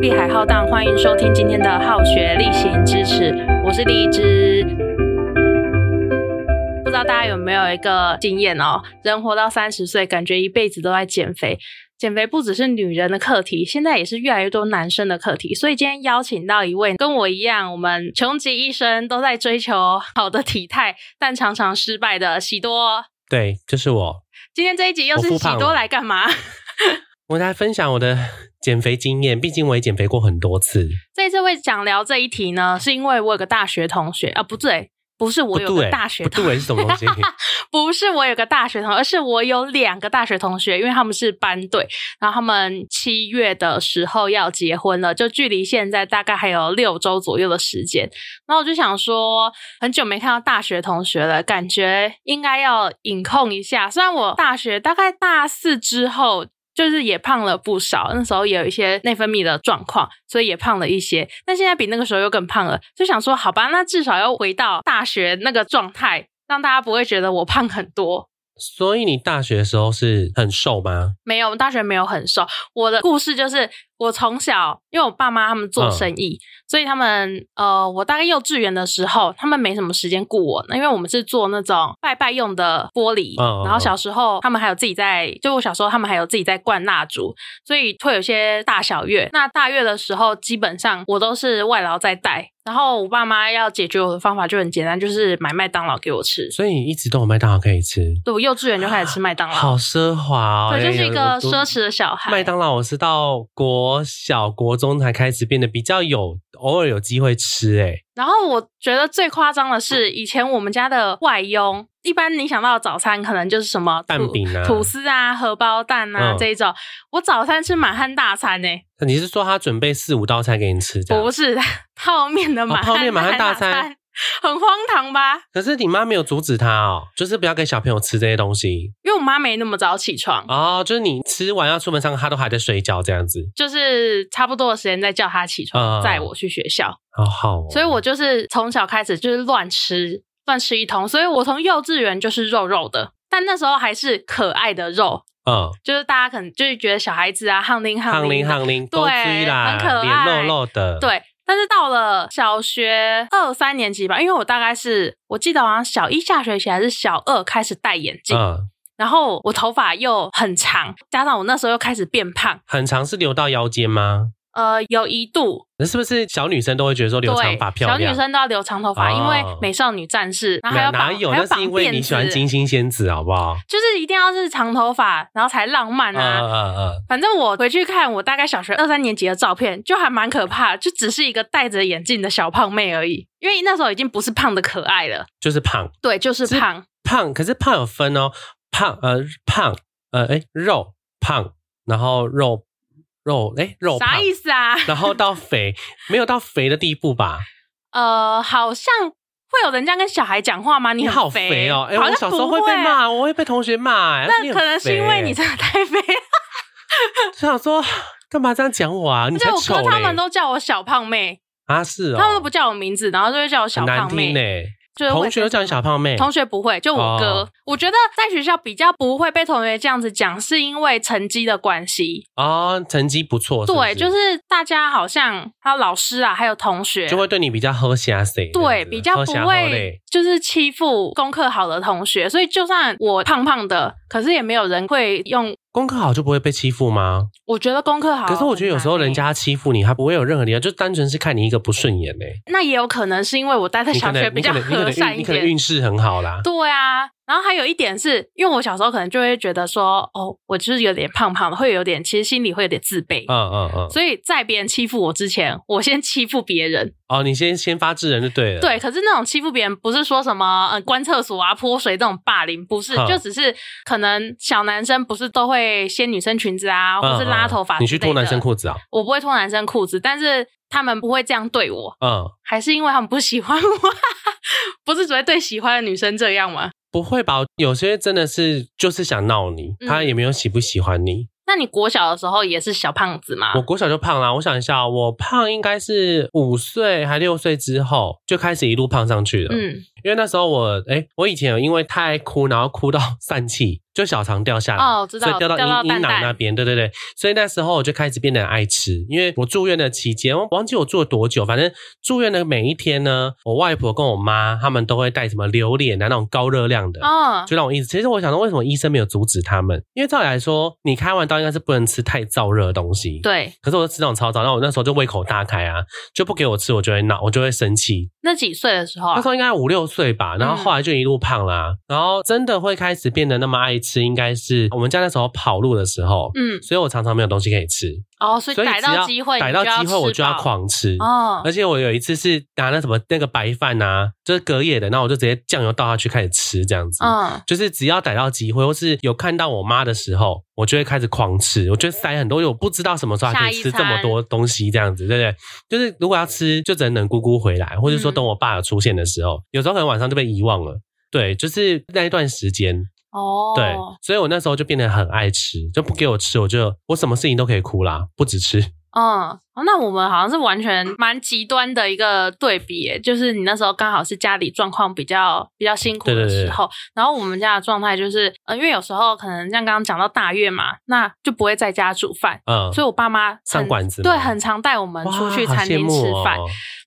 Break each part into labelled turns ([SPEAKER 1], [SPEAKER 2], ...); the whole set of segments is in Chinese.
[SPEAKER 1] 碧海浩荡，欢迎收听今天的好学例行支持，我是荔枝。不知道大家有没有一个经验哦？人活到三十岁，感觉一辈子都在减肥。减肥不只是女人的课题，现在也是越来越多男生的课题。所以今天邀请到一位跟我一样，我们穷极一生都在追求好的体态，但常常失败的喜多。哦
[SPEAKER 2] 对，就是我。
[SPEAKER 1] 今天这一集又是
[SPEAKER 2] 我复
[SPEAKER 1] 喜
[SPEAKER 2] 胖
[SPEAKER 1] 多
[SPEAKER 2] 了
[SPEAKER 1] 来干嘛？
[SPEAKER 2] 我来分享我的 减肥经验，毕竟我也减肥过很多次。
[SPEAKER 1] 这次会想聊这一题呢，是因为我有个大学同学啊，不对，不是我
[SPEAKER 2] 不
[SPEAKER 1] 有
[SPEAKER 2] 对，
[SPEAKER 1] 个大学
[SPEAKER 2] 不
[SPEAKER 1] 同，
[SPEAKER 2] 对是什么东西？
[SPEAKER 1] 不是我有个大学同，而是我有两个大学同学，因为他们是班队，然后他们七月的时候要结婚了，就距离现在大概还有六周左右的时间。然后我就想说，很久没看到大学同学了，感觉应该要隐控一下。虽然我大学大概大四之后。就是也胖了不少，那时候也有一些内分泌的状况，所以也胖了一些。但现在比那个时候又更胖了，就想说，好吧，那至少要回到大学那个状态，让大家不会觉得我胖很多。
[SPEAKER 2] 所以你大学的时候是很瘦吗？
[SPEAKER 1] 没有，我大学没有很瘦。我的故事就是，我从小因为我爸妈他们
[SPEAKER 2] 嗯
[SPEAKER 1] 做生意，所以他们呃，我大概幼稚园的时候，他们没什么时间顾我，那因为我们是做那种拜拜用的玻璃，
[SPEAKER 2] 嗯嗯嗯
[SPEAKER 1] 然后小时候他们还有自己在，就我小时候他们还有自己在灌蜡烛，所以会有些大小月。那大月的时候，基本上我都是外劳在带。然后我爸妈要解决我的方法就很简单，就是买麦当劳给我吃。
[SPEAKER 2] 所以你一直都有麦当劳可以吃，
[SPEAKER 1] 对，我幼稚园就开始吃麦当劳，
[SPEAKER 2] 啊好奢华哦！
[SPEAKER 1] 对，就是一
[SPEAKER 2] 哎
[SPEAKER 1] 个
[SPEAKER 2] 我读
[SPEAKER 1] 奢侈的小孩。
[SPEAKER 2] 麦当劳我是到国小、国中才开始变得比较有，偶尔有机会吃、哎，
[SPEAKER 1] 然后我觉得最夸张的是，以前我们家的外佣，一般你想到的早餐可能就是什么
[SPEAKER 2] 蛋
[SPEAKER 1] 吐
[SPEAKER 2] 饼啊
[SPEAKER 1] 吐司啊、荷包蛋啊、
[SPEAKER 2] 嗯
[SPEAKER 1] 这一种。我早餐吃满汉大餐呢、
[SPEAKER 2] 那你是说他准备四五道菜给你吃？这样
[SPEAKER 1] 不是泡面的满汉、
[SPEAKER 2] 哦泡面满汉
[SPEAKER 1] 大
[SPEAKER 2] 大餐
[SPEAKER 1] 餐，很荒唐吧？
[SPEAKER 2] 可是你妈没有阻止他哦，就是不要给小朋友吃这些东西
[SPEAKER 1] 因为我妈没那么早起床，
[SPEAKER 2] 哦，就是你吃完要出门上课，他都还在睡觉这样子。
[SPEAKER 1] 就是差不多的时间再叫她起床，
[SPEAKER 2] 嗯
[SPEAKER 1] 载我去学校。
[SPEAKER 2] 好好、哦，
[SPEAKER 1] 所以我就是从小开始就是乱吃，乱吃一通。所以我从幼稚园就是肉肉的，但那时候还是可爱的肉，
[SPEAKER 2] 嗯，
[SPEAKER 1] 就是大家可能就是觉得小孩子啊，汗淋汗
[SPEAKER 2] 胖
[SPEAKER 1] 淋
[SPEAKER 2] 玲
[SPEAKER 1] 的，
[SPEAKER 2] 胖玲，
[SPEAKER 1] 对
[SPEAKER 2] 勾追啦，
[SPEAKER 1] 很可爱
[SPEAKER 2] 脸肉肉的，，
[SPEAKER 1] 对。但是到了小学二三年级吧，因为我大概是我记得好像小一下学期还是小二开始戴眼镜，
[SPEAKER 2] 嗯，
[SPEAKER 1] 然后我头发又很长，加上我那时候又开始变胖，
[SPEAKER 2] 很长是留到腰间吗？
[SPEAKER 1] 呃，有一度
[SPEAKER 2] 那是不是小女生都会觉得说留长
[SPEAKER 1] 对
[SPEAKER 2] 发漂
[SPEAKER 1] 小
[SPEAKER 2] 亮？
[SPEAKER 1] 女生都要留长头发，
[SPEAKER 2] 哦
[SPEAKER 1] 因为美少女战士，然后还
[SPEAKER 2] 哪
[SPEAKER 1] 要
[SPEAKER 2] 哪
[SPEAKER 1] 绑
[SPEAKER 2] 有？
[SPEAKER 1] 还
[SPEAKER 2] 那
[SPEAKER 1] 要
[SPEAKER 2] 是因
[SPEAKER 1] 绑
[SPEAKER 2] 为
[SPEAKER 1] 辫
[SPEAKER 2] 你
[SPEAKER 1] 子，
[SPEAKER 2] 喜欢金星仙子，好不好？
[SPEAKER 1] 就是一定要是长头发，然后才浪漫
[SPEAKER 2] 嗯
[SPEAKER 1] 啊。
[SPEAKER 2] 嗯嗯，
[SPEAKER 1] 反正我回去看我大概小学二三年级的照片，就还蛮可怕，就只是一个戴着眼镜的小胖妹而已。因为那时候已经不是胖的可爱了，
[SPEAKER 2] 就是胖
[SPEAKER 1] 对，就是
[SPEAKER 2] 是
[SPEAKER 1] 胖，
[SPEAKER 2] 胖，可是胖有分哦，胖呃胖呃哎肉胖，然后肉肉哎肉
[SPEAKER 1] 啥
[SPEAKER 2] 胖，
[SPEAKER 1] 意思啊？
[SPEAKER 2] 然后到肥，没有到肥的地步吧？
[SPEAKER 1] 呃，好像会有人这样跟小孩讲话吗？
[SPEAKER 2] 你
[SPEAKER 1] 你
[SPEAKER 2] 好
[SPEAKER 1] 很
[SPEAKER 2] 肥哦！哎、
[SPEAKER 1] 好
[SPEAKER 2] 我
[SPEAKER 1] 像
[SPEAKER 2] 小时候
[SPEAKER 1] 不会啊
[SPEAKER 2] 会被。骂，我会被同学骂、哎
[SPEAKER 1] 那可能是因为你
[SPEAKER 2] 在
[SPEAKER 1] 真的太肥了，
[SPEAKER 2] 想说 干嘛这样讲我 啊？你
[SPEAKER 1] 而
[SPEAKER 2] 才
[SPEAKER 1] 且我
[SPEAKER 2] 丑
[SPEAKER 1] 哥他们
[SPEAKER 2] 嘞！
[SPEAKER 1] 都叫我小胖妹，
[SPEAKER 2] 啊，是哦，
[SPEAKER 1] 他们都不叫我名字，然后就会叫我小
[SPEAKER 2] 很难
[SPEAKER 1] 胖妹，
[SPEAKER 2] 听嘞、
[SPEAKER 1] 就是会
[SPEAKER 2] 同学都叫你小胖妹，
[SPEAKER 1] 同学不会，就我哥。
[SPEAKER 2] 哦
[SPEAKER 1] 我觉得在学校比较不会被同学这样子讲，是因为成绩的关系。
[SPEAKER 2] 哦，成绩不错，
[SPEAKER 1] 对，
[SPEAKER 2] 是不
[SPEAKER 1] 就是是大家好像还有老师啊，还有同学，
[SPEAKER 2] 就会对你比较喝瑕谁，
[SPEAKER 1] 对比较不会就是欺负功课好的同学，所以就算我胖胖的，可是也没有人会用。
[SPEAKER 2] 功课好就不会被欺负吗？
[SPEAKER 1] 我觉得功课好，欸
[SPEAKER 2] 可是我觉得有时候人家欺负你，他不会有任何理由，就单纯是看你一个不顺眼嘞、
[SPEAKER 1] 那也有可能是因为我待在
[SPEAKER 2] 你
[SPEAKER 1] 小
[SPEAKER 2] 可
[SPEAKER 1] 学
[SPEAKER 2] 能
[SPEAKER 1] 比
[SPEAKER 2] 你可
[SPEAKER 1] 较
[SPEAKER 2] 能你可
[SPEAKER 1] 和
[SPEAKER 2] 能
[SPEAKER 1] 善一
[SPEAKER 2] 运你可能
[SPEAKER 1] 点
[SPEAKER 2] 运。势很好啦，
[SPEAKER 1] 对啊，然后还有一点是因为我小时候可能就会觉得说，哦，我就是有点胖胖的，会有点其实心里会有点自卑，
[SPEAKER 2] 嗯嗯嗯，
[SPEAKER 1] 所以在别人欺负我之前，我先欺负别人。
[SPEAKER 2] 哦，你先先发制人就对了，
[SPEAKER 1] 对，可是那种欺负别人，不是说什么呃关厕所啊、泼水这种霸凌，不是，
[SPEAKER 2] 嗯
[SPEAKER 1] 就只是可能小男生不是都会掀女生裙子啊，
[SPEAKER 2] 嗯，
[SPEAKER 1] 或是拉头发、
[SPEAKER 2] 嗯你去脱男生，裤子啊、
[SPEAKER 1] 我不会脱男生裤子，但是他们不会这样对我，
[SPEAKER 2] 嗯，
[SPEAKER 1] 还是因为他们不喜欢我， 不是只会对喜欢的女生这样吗？
[SPEAKER 2] 不会吧？有些真的是就是想闹你，
[SPEAKER 1] 嗯
[SPEAKER 2] 他也没有喜不喜欢你。
[SPEAKER 1] 那你国小的时候也是小胖子吗？
[SPEAKER 2] 我国小就胖啦，我想一下哦，我胖应该是五岁还六岁之后就开始一路胖上去了。
[SPEAKER 1] 嗯，
[SPEAKER 2] 因为那时候我，哎、我以前有因为太爱哭，然后哭到 散气，就小肠掉下来，
[SPEAKER 1] 哦我知道
[SPEAKER 2] 所以掉到
[SPEAKER 1] 掉到
[SPEAKER 2] 阴阴
[SPEAKER 1] 蛋
[SPEAKER 2] 囊
[SPEAKER 1] 蛋
[SPEAKER 2] 那边，对对对，所以那时候我就开始变得很爱吃，因为我住院的期间，我忘记我住了多久，反正住院的每一天呢，我外婆跟我妈他们都会带什么榴莲啊那种高热量的，
[SPEAKER 1] 嗯，
[SPEAKER 2] 就让我一直，其实我想说，为什么医生没有阻止他们？因为照理来说，你开完刀应该是不能吃太燥热的东西。。
[SPEAKER 1] 对，
[SPEAKER 2] 可是我就吃那种超燥，那我那时候就胃口大开啊，就不给我吃，我就会闹，我就会生气。
[SPEAKER 1] 那几岁的时候
[SPEAKER 2] 那
[SPEAKER 1] 啊
[SPEAKER 2] 时？候应该五六岁吧，然
[SPEAKER 1] 嗯
[SPEAKER 2] 后后来就一路胖啦、然后真的会开始变得那么爱吃，应该是我们家那时候跑路的时候，
[SPEAKER 1] 嗯，
[SPEAKER 2] 所以我常常没有东西可以吃，
[SPEAKER 1] 哦，所以
[SPEAKER 2] 所以
[SPEAKER 1] 逮
[SPEAKER 2] 只要
[SPEAKER 1] 到机会，
[SPEAKER 2] 逮到机会我就要
[SPEAKER 1] 狂
[SPEAKER 2] 狂吃。
[SPEAKER 1] 哦，
[SPEAKER 2] 而且我有一次是拿那什么那个白饭啊，就是隔夜的，然后我就直接酱油倒下去开始吃这样子。
[SPEAKER 1] 嗯，
[SPEAKER 2] 就是只要逮到机会，或是有看到我妈的时候，我就会开始狂吃，我就塞很多，因为我不知道什么时候还可以吃这么多东西，这样子，对不对？就是如果要吃，就只能等姑姑回来，或者
[SPEAKER 1] 嗯
[SPEAKER 2] 说等我爸有出现的时候，有时候可能晚上就被遗忘了。对，就是那一段时间，
[SPEAKER 1] 哦，
[SPEAKER 2] 对，所以我那时候就变得很爱吃，就不给我吃，我就我什么事情都可以哭啦，不止吃。
[SPEAKER 1] 嗯，哦那我们好像是完全蛮极端的一个对比耶，就是你那时候刚好是家里状况比较比较辛苦
[SPEAKER 2] 对
[SPEAKER 1] 的
[SPEAKER 2] 对对
[SPEAKER 1] 时候，然后我们家的状态就是，呃，因为有时候可能像刚刚讲到大月嘛，那就不会在家煮饭，
[SPEAKER 2] 嗯，
[SPEAKER 1] 所以我爸妈很
[SPEAKER 2] 上馆子吗
[SPEAKER 1] 对，很常带我们出去
[SPEAKER 2] 哇
[SPEAKER 1] 餐厅
[SPEAKER 2] 好羡
[SPEAKER 1] 吃
[SPEAKER 2] 慕哦
[SPEAKER 1] 饭，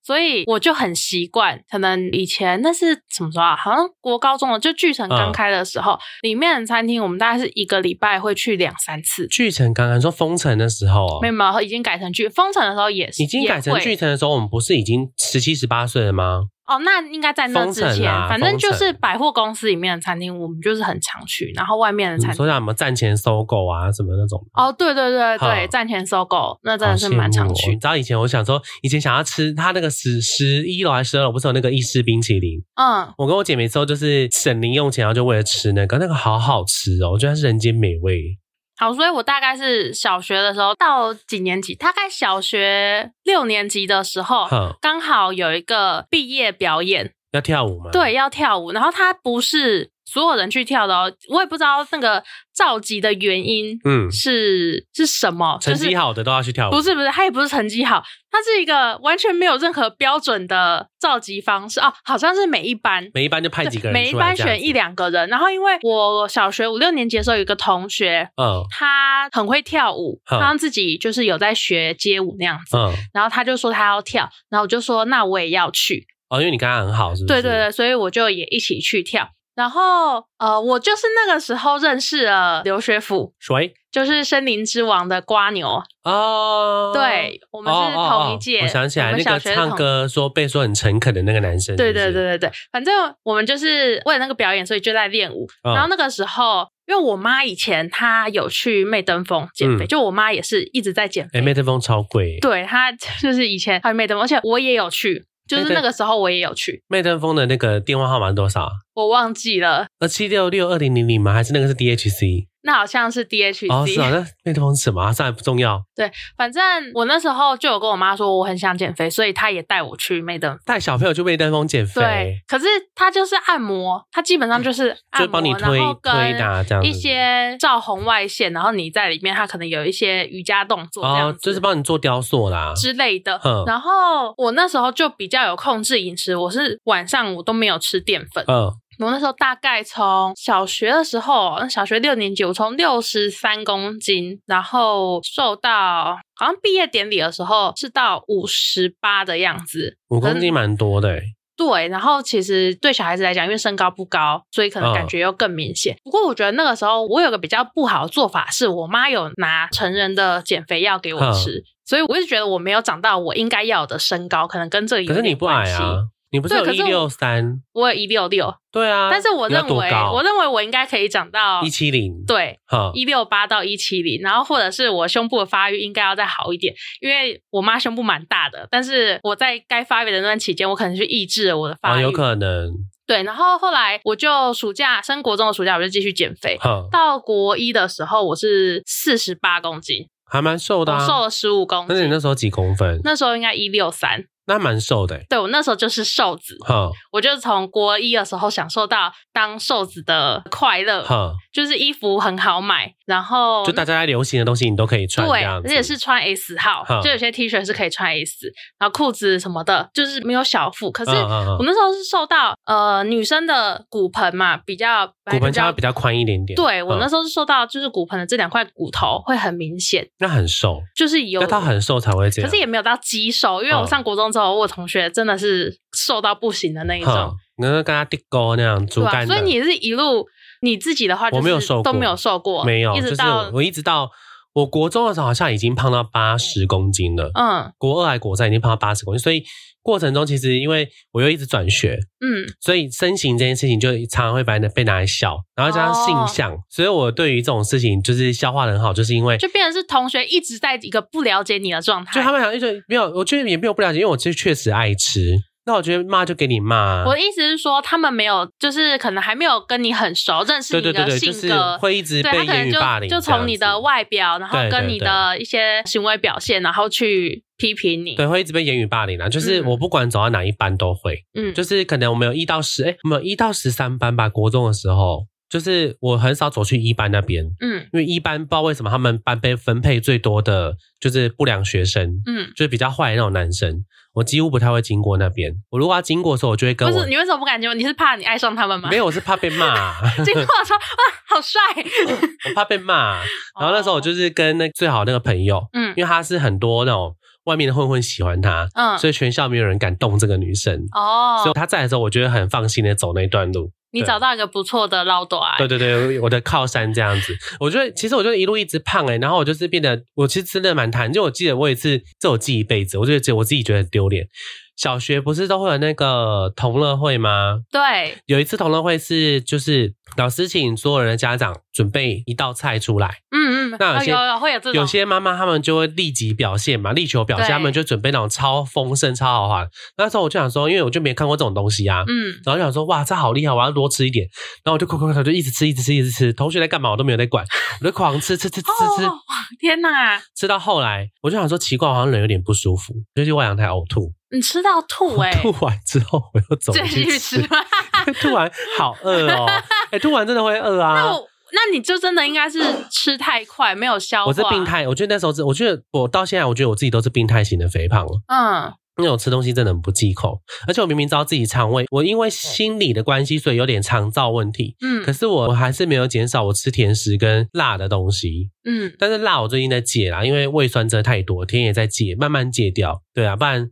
[SPEAKER 1] 所以我就很习惯，可能以前那是什么时候啊？好像国高中了，就巨城刚
[SPEAKER 2] 嗯
[SPEAKER 1] 开的时候，里面的餐厅我们大概是一个礼拜会去两三次。
[SPEAKER 2] 巨城刚刚说封城的时候哦，
[SPEAKER 1] 没有没有，已经改成巨封城的时候也是
[SPEAKER 2] 已经改成
[SPEAKER 1] 也会
[SPEAKER 2] 巨城的时候，我们不是已经十七十八岁了吗？
[SPEAKER 1] 哦，那应该在那之
[SPEAKER 2] 封城
[SPEAKER 1] 前，
[SPEAKER 2] 啦
[SPEAKER 1] 反正就
[SPEAKER 2] 封
[SPEAKER 1] 是
[SPEAKER 2] 城
[SPEAKER 1] 百货公司里面的餐厅，我们就是很常去，然后外面的
[SPEAKER 2] 你
[SPEAKER 1] 餐厅。
[SPEAKER 2] 说像什么战前收购啊，什么那种。
[SPEAKER 1] 哦，对对对对，
[SPEAKER 2] 好
[SPEAKER 1] 站前搜狗那真
[SPEAKER 2] 好
[SPEAKER 1] 的
[SPEAKER 2] 羡
[SPEAKER 1] 是
[SPEAKER 2] 慕
[SPEAKER 1] 蛮常
[SPEAKER 2] 哦
[SPEAKER 1] 去
[SPEAKER 2] 你知道以前我想说，以前想要吃他那个十十一楼还是十二楼，不是有那个意式冰淇淋？
[SPEAKER 1] 嗯，
[SPEAKER 2] 我跟我姐每次都就是省零用钱，然后就为了吃那个，那个好好吃哦，我觉得它是人间美味。
[SPEAKER 1] 好，所以我大概是小学的时候到几年级？大概小学六年级的时候，
[SPEAKER 2] 哼，
[SPEAKER 1] 刚好有一个毕业表演，
[SPEAKER 2] 要跳舞吗？
[SPEAKER 1] 对，，要跳舞，然后它不是所有人去跳的哦，我也不知道那个召集的原因
[SPEAKER 2] 嗯，
[SPEAKER 1] 是、是什么，
[SPEAKER 2] 成
[SPEAKER 1] 就是
[SPEAKER 2] 绩好的都要去跳舞。
[SPEAKER 1] 不是不是，他也不是成绩好，他是一个完全没有任何标准的召集方式哦，好像是每一班。
[SPEAKER 2] 每一班就派几个人，
[SPEAKER 1] 每一班选一。两个人，然后因为我小学五六年级的时候有一个同学，
[SPEAKER 2] 嗯
[SPEAKER 1] 他很会跳舞，他
[SPEAKER 2] 嗯
[SPEAKER 1] 让自己就是有在学街舞那样子，
[SPEAKER 2] 嗯，
[SPEAKER 1] 然后他就说他要跳，然后我就说那我也要去，
[SPEAKER 2] 哦，因为你刚刚很好，是不是？
[SPEAKER 1] 对对对，所以我就也一起去跳，然后呃，我就是那个时候认识了刘学府，
[SPEAKER 2] 谁？
[SPEAKER 1] 就是森林之王的瓜牛，
[SPEAKER 2] 哦，
[SPEAKER 1] 对，我们是
[SPEAKER 2] 哦
[SPEAKER 1] 同一届、
[SPEAKER 2] 哦哦我想起
[SPEAKER 1] 我
[SPEAKER 2] 来
[SPEAKER 1] 们
[SPEAKER 2] 那
[SPEAKER 1] 小
[SPEAKER 2] 个
[SPEAKER 1] 学是
[SPEAKER 2] 唱
[SPEAKER 1] 同
[SPEAKER 2] 歌说被说很诚恳的那个男生，
[SPEAKER 1] 对
[SPEAKER 2] 是
[SPEAKER 1] 对
[SPEAKER 2] 不是，
[SPEAKER 1] 对对对，反正我们就是为了那个表演，所以就在练舞。
[SPEAKER 2] 嗯
[SPEAKER 1] 然后那个时候，因为我妈以前她有去媚登峰减肥，
[SPEAKER 2] 嗯
[SPEAKER 1] 就我妈也是一直在减肥。
[SPEAKER 2] 哎，麦克风超贵，
[SPEAKER 1] 对她 就是以前她去媚登峰，而且我也有去，就是
[SPEAKER 2] 对
[SPEAKER 1] 那个时候我也有去，
[SPEAKER 2] 麦登峰的那个电话号码是多少啊？
[SPEAKER 1] 我忘记了，
[SPEAKER 2] 二七六六二零零零吗？还是那个是 DHC？
[SPEAKER 1] 那好像是
[SPEAKER 2] 哦，是
[SPEAKER 1] DHC。
[SPEAKER 2] 啊，那麦登峰是什么啊？算了，不重要。
[SPEAKER 1] 反正我那时候就有跟我妈说我很想减肥，所以她也带我去媚登。
[SPEAKER 2] 带小朋友去麦登峰减
[SPEAKER 1] 对
[SPEAKER 2] 肥，，
[SPEAKER 1] 可是她就是按摩，她基本上就是按
[SPEAKER 2] 嗯就
[SPEAKER 1] 摩，
[SPEAKER 2] 帮你推
[SPEAKER 1] 然后跟
[SPEAKER 2] 推打这样子，
[SPEAKER 1] 一些照红外线，然后你在里面，它可能有一些瑜伽动作这样
[SPEAKER 2] 哦
[SPEAKER 1] 子，，
[SPEAKER 2] 就是帮你做雕塑啦。
[SPEAKER 1] 之类的
[SPEAKER 2] 嗯。
[SPEAKER 1] 然后我那时候就比较有控制饮食，我是晚上我都没有吃淀粉。
[SPEAKER 2] 嗯，
[SPEAKER 1] 我那时候大概从小学的时候，小学六年级，我从六十三公斤，然后瘦到好像毕业典礼的时候是到五十八的样子。
[SPEAKER 2] 五公斤蛮多的欸，
[SPEAKER 1] 对，然后其实对小孩子来讲，因为身高不高，所以可能
[SPEAKER 2] 嗯
[SPEAKER 1] 感觉又更明显。不过我觉得那个时候我有个比较不好的做法是，我妈有拿成人的减肥药给我
[SPEAKER 2] 嗯
[SPEAKER 1] 吃，所以我就觉得我没有长到我应该要的身高，可能跟这个
[SPEAKER 2] 可
[SPEAKER 1] 有
[SPEAKER 2] 是你
[SPEAKER 1] 点
[SPEAKER 2] 不
[SPEAKER 1] 关
[SPEAKER 2] 矮
[SPEAKER 1] 系。
[SPEAKER 2] 啊，你不是
[SPEAKER 1] 对
[SPEAKER 2] 有
[SPEAKER 1] 可
[SPEAKER 2] 一
[SPEAKER 1] 是
[SPEAKER 2] 六
[SPEAKER 1] 我
[SPEAKER 2] 三？
[SPEAKER 1] 我有一六六，
[SPEAKER 2] 对啊，
[SPEAKER 1] 但是我认为我认为我应该可以长到
[SPEAKER 2] 一七零，
[SPEAKER 1] 对
[SPEAKER 2] 哈，
[SPEAKER 1] 一六八到一七零，然后或者是我胸部的发育应该要再好一点，因为我妈胸部蛮大的，但是我在该发育的那段期间，我可能去抑制了我的发
[SPEAKER 2] 啊，
[SPEAKER 1] 育，
[SPEAKER 2] 有可能，
[SPEAKER 1] 对，然后后来我就暑假升国中的暑假，我就继续减肥。
[SPEAKER 2] 哈，
[SPEAKER 1] 到国一的时候，我是四十八公斤，
[SPEAKER 2] 还蛮瘦的、
[SPEAKER 1] 我
[SPEAKER 2] 啊，
[SPEAKER 1] 瘦了十五公
[SPEAKER 2] 那你
[SPEAKER 1] 斤。
[SPEAKER 2] 那时候几公分？
[SPEAKER 1] 那时候应该一六三，
[SPEAKER 2] 那蛮瘦的欸、
[SPEAKER 1] 对我那时候就是瘦子，
[SPEAKER 2] 哈
[SPEAKER 1] 我就从国一的时候享受到当瘦子的快乐，
[SPEAKER 2] 哈，
[SPEAKER 1] 就是衣服很好买，然后
[SPEAKER 2] 就大家在流行的东西你都可以穿，
[SPEAKER 1] 对，
[SPEAKER 2] 这样
[SPEAKER 1] 而
[SPEAKER 2] 子
[SPEAKER 1] 且是穿 S 号
[SPEAKER 2] 嗯，
[SPEAKER 1] 就有些 T 恤是可以穿 S，然后裤子什么的，就是没有小腹。可是
[SPEAKER 2] 嗯嗯嗯
[SPEAKER 1] 我那时候是受到呃女生的骨盆嘛比较
[SPEAKER 2] 骨盆腔
[SPEAKER 1] 较
[SPEAKER 2] 会比较宽一点点。
[SPEAKER 1] 对我那
[SPEAKER 2] 嗯
[SPEAKER 1] 时候是受到就是骨盆的这两块骨头会很明显，
[SPEAKER 2] 那很瘦，
[SPEAKER 1] 就是有
[SPEAKER 2] 那他很瘦才会这
[SPEAKER 1] 可
[SPEAKER 2] 样。
[SPEAKER 1] 是也没有到肌瘦，因为我
[SPEAKER 2] 嗯
[SPEAKER 1] 上国中之后，我同学真的是瘦到不行的那一种
[SPEAKER 2] 哼，，你嗯跟他地沟那样
[SPEAKER 1] 对
[SPEAKER 2] 竹
[SPEAKER 1] 吧、
[SPEAKER 2] 竿的。
[SPEAKER 1] 所以你是一路你自己的话，就是
[SPEAKER 2] 我没有瘦过
[SPEAKER 1] 都没有瘦过，
[SPEAKER 2] 没有，
[SPEAKER 1] 一
[SPEAKER 2] 就
[SPEAKER 1] 直
[SPEAKER 2] 是
[SPEAKER 1] 到、
[SPEAKER 2] 我我一直到我国中的时候好像已经胖到八十公斤了，
[SPEAKER 1] 嗯
[SPEAKER 2] 国二还国三已经胖到八十公斤，所以过程中其实因为我又一直转学，
[SPEAKER 1] 嗯，
[SPEAKER 2] 所以身形这件事情就常常会被被拿来笑，然后加上性向，所以我对于这种事情就是消化的很好，就是因为
[SPEAKER 1] 哦就变成是同学一直在一个不了解你的状态。
[SPEAKER 2] 就他们好像就没有，我觉得也没有不了解，因为我其实确实爱吃，那我觉得骂就给你骂啊，
[SPEAKER 1] 我的意思是说，他们没有，就是可能还没有跟你很熟，认识
[SPEAKER 2] 对
[SPEAKER 1] 你
[SPEAKER 2] 对对
[SPEAKER 1] 的
[SPEAKER 2] 对，
[SPEAKER 1] 性
[SPEAKER 2] 就
[SPEAKER 1] 格，
[SPEAKER 2] 是会一直
[SPEAKER 1] 对
[SPEAKER 2] 被
[SPEAKER 1] 他可能
[SPEAKER 2] 言语霸凌
[SPEAKER 1] 就
[SPEAKER 2] 这
[SPEAKER 1] 就
[SPEAKER 2] 样子，
[SPEAKER 1] 从你的外表，然后
[SPEAKER 2] 对对
[SPEAKER 1] 跟你的一些行为表现，然后去批评你。
[SPEAKER 2] 对，会一直被言语霸凌啊，就是
[SPEAKER 1] 嗯
[SPEAKER 2] 我不管走到哪一班都会，
[SPEAKER 1] 嗯，
[SPEAKER 2] 就是可能我们有一到十，哎，我们有一到十三班吧，国中的时候，就是我很少走去一班那边，
[SPEAKER 1] 嗯
[SPEAKER 2] 因为一班不知道为什么他们班被分配最多的就是不良学生，
[SPEAKER 1] 嗯，
[SPEAKER 2] 就是比较坏的那种男生，我几乎不太会经过那边。我如果要经过的时候，我就会跟
[SPEAKER 1] 不
[SPEAKER 2] 我
[SPEAKER 1] 是你为什么不敢接？你是怕你爱上他们吗？
[SPEAKER 2] 没有，我是怕被骂、
[SPEAKER 1] 结果我说哇，好帅，
[SPEAKER 2] 我怕被骂、 然后那时
[SPEAKER 1] 哦
[SPEAKER 2] 候我就是跟那最好的那个朋友，
[SPEAKER 1] 嗯
[SPEAKER 2] 因为他是很多那种外面的混混喜欢他，
[SPEAKER 1] 嗯
[SPEAKER 2] 所以全校没有人敢动这个女生。所以
[SPEAKER 1] 哦，
[SPEAKER 2] 他在的时候，我觉得很放心的走那段路。
[SPEAKER 1] 你找到一个不错的老短，
[SPEAKER 2] 对对对，我的靠山这样子。我觉得其实我就一路一直胖哎、然后我就是变得，我其实真的蛮贪。就我记得我有一次，这我记一辈子，我就觉得我自己觉得很丢脸。小学不是都会有那个同乐会吗？
[SPEAKER 1] 对
[SPEAKER 2] 有一次同乐会是就是老师请所有人的家长准备一道菜出来，
[SPEAKER 1] 嗯嗯，
[SPEAKER 2] 那有
[SPEAKER 1] 哦
[SPEAKER 2] 些
[SPEAKER 1] 有有会有这种，
[SPEAKER 2] 有些妈妈她们就会立即表现嘛，力求表现，
[SPEAKER 1] 对
[SPEAKER 2] 她们就准备那种超丰盛、超豪华。那时候我就想说，因为我就没看过这种东西啊，
[SPEAKER 1] 嗯
[SPEAKER 2] 然后就想说，哇，这好厉害，我要多吃一点。然后我就快快快，就一直吃，一直吃，一直吃。同学在干嘛，我都没有在管，我就狂吃，吃吃吃吃
[SPEAKER 1] 哦，天哪，
[SPEAKER 2] 吃到后来，我就想说奇怪，我好像人有点不舒服，就去外阳台呕吐。
[SPEAKER 1] 你吃到吐哎，
[SPEAKER 2] 吐完之后，我又走
[SPEAKER 1] 再
[SPEAKER 2] 回
[SPEAKER 1] 继续
[SPEAKER 2] 去
[SPEAKER 1] 吃
[SPEAKER 2] 吃。
[SPEAKER 1] 吧。
[SPEAKER 2] 吐完好饿哦，哎、吐完真的会饿啊。
[SPEAKER 1] 那我那你就真的应该是吃太快，没有消化，
[SPEAKER 2] 我是病，态，我觉得那时候是，我觉得我到现在，我觉得我自己都是病态型的肥胖了。
[SPEAKER 1] 嗯
[SPEAKER 2] 因为我吃东西真的很不忌口，而且我明明知道自己肠胃，我因为心理的关系，所以有点肠燥问题。可
[SPEAKER 1] 嗯
[SPEAKER 2] 是我我还是没有减少我吃甜食跟辣的东西，
[SPEAKER 1] 嗯，
[SPEAKER 2] 但是辣我最近在戒啦，因为胃酸真的太多，甜也在戒，慢慢戒掉。对啊，不然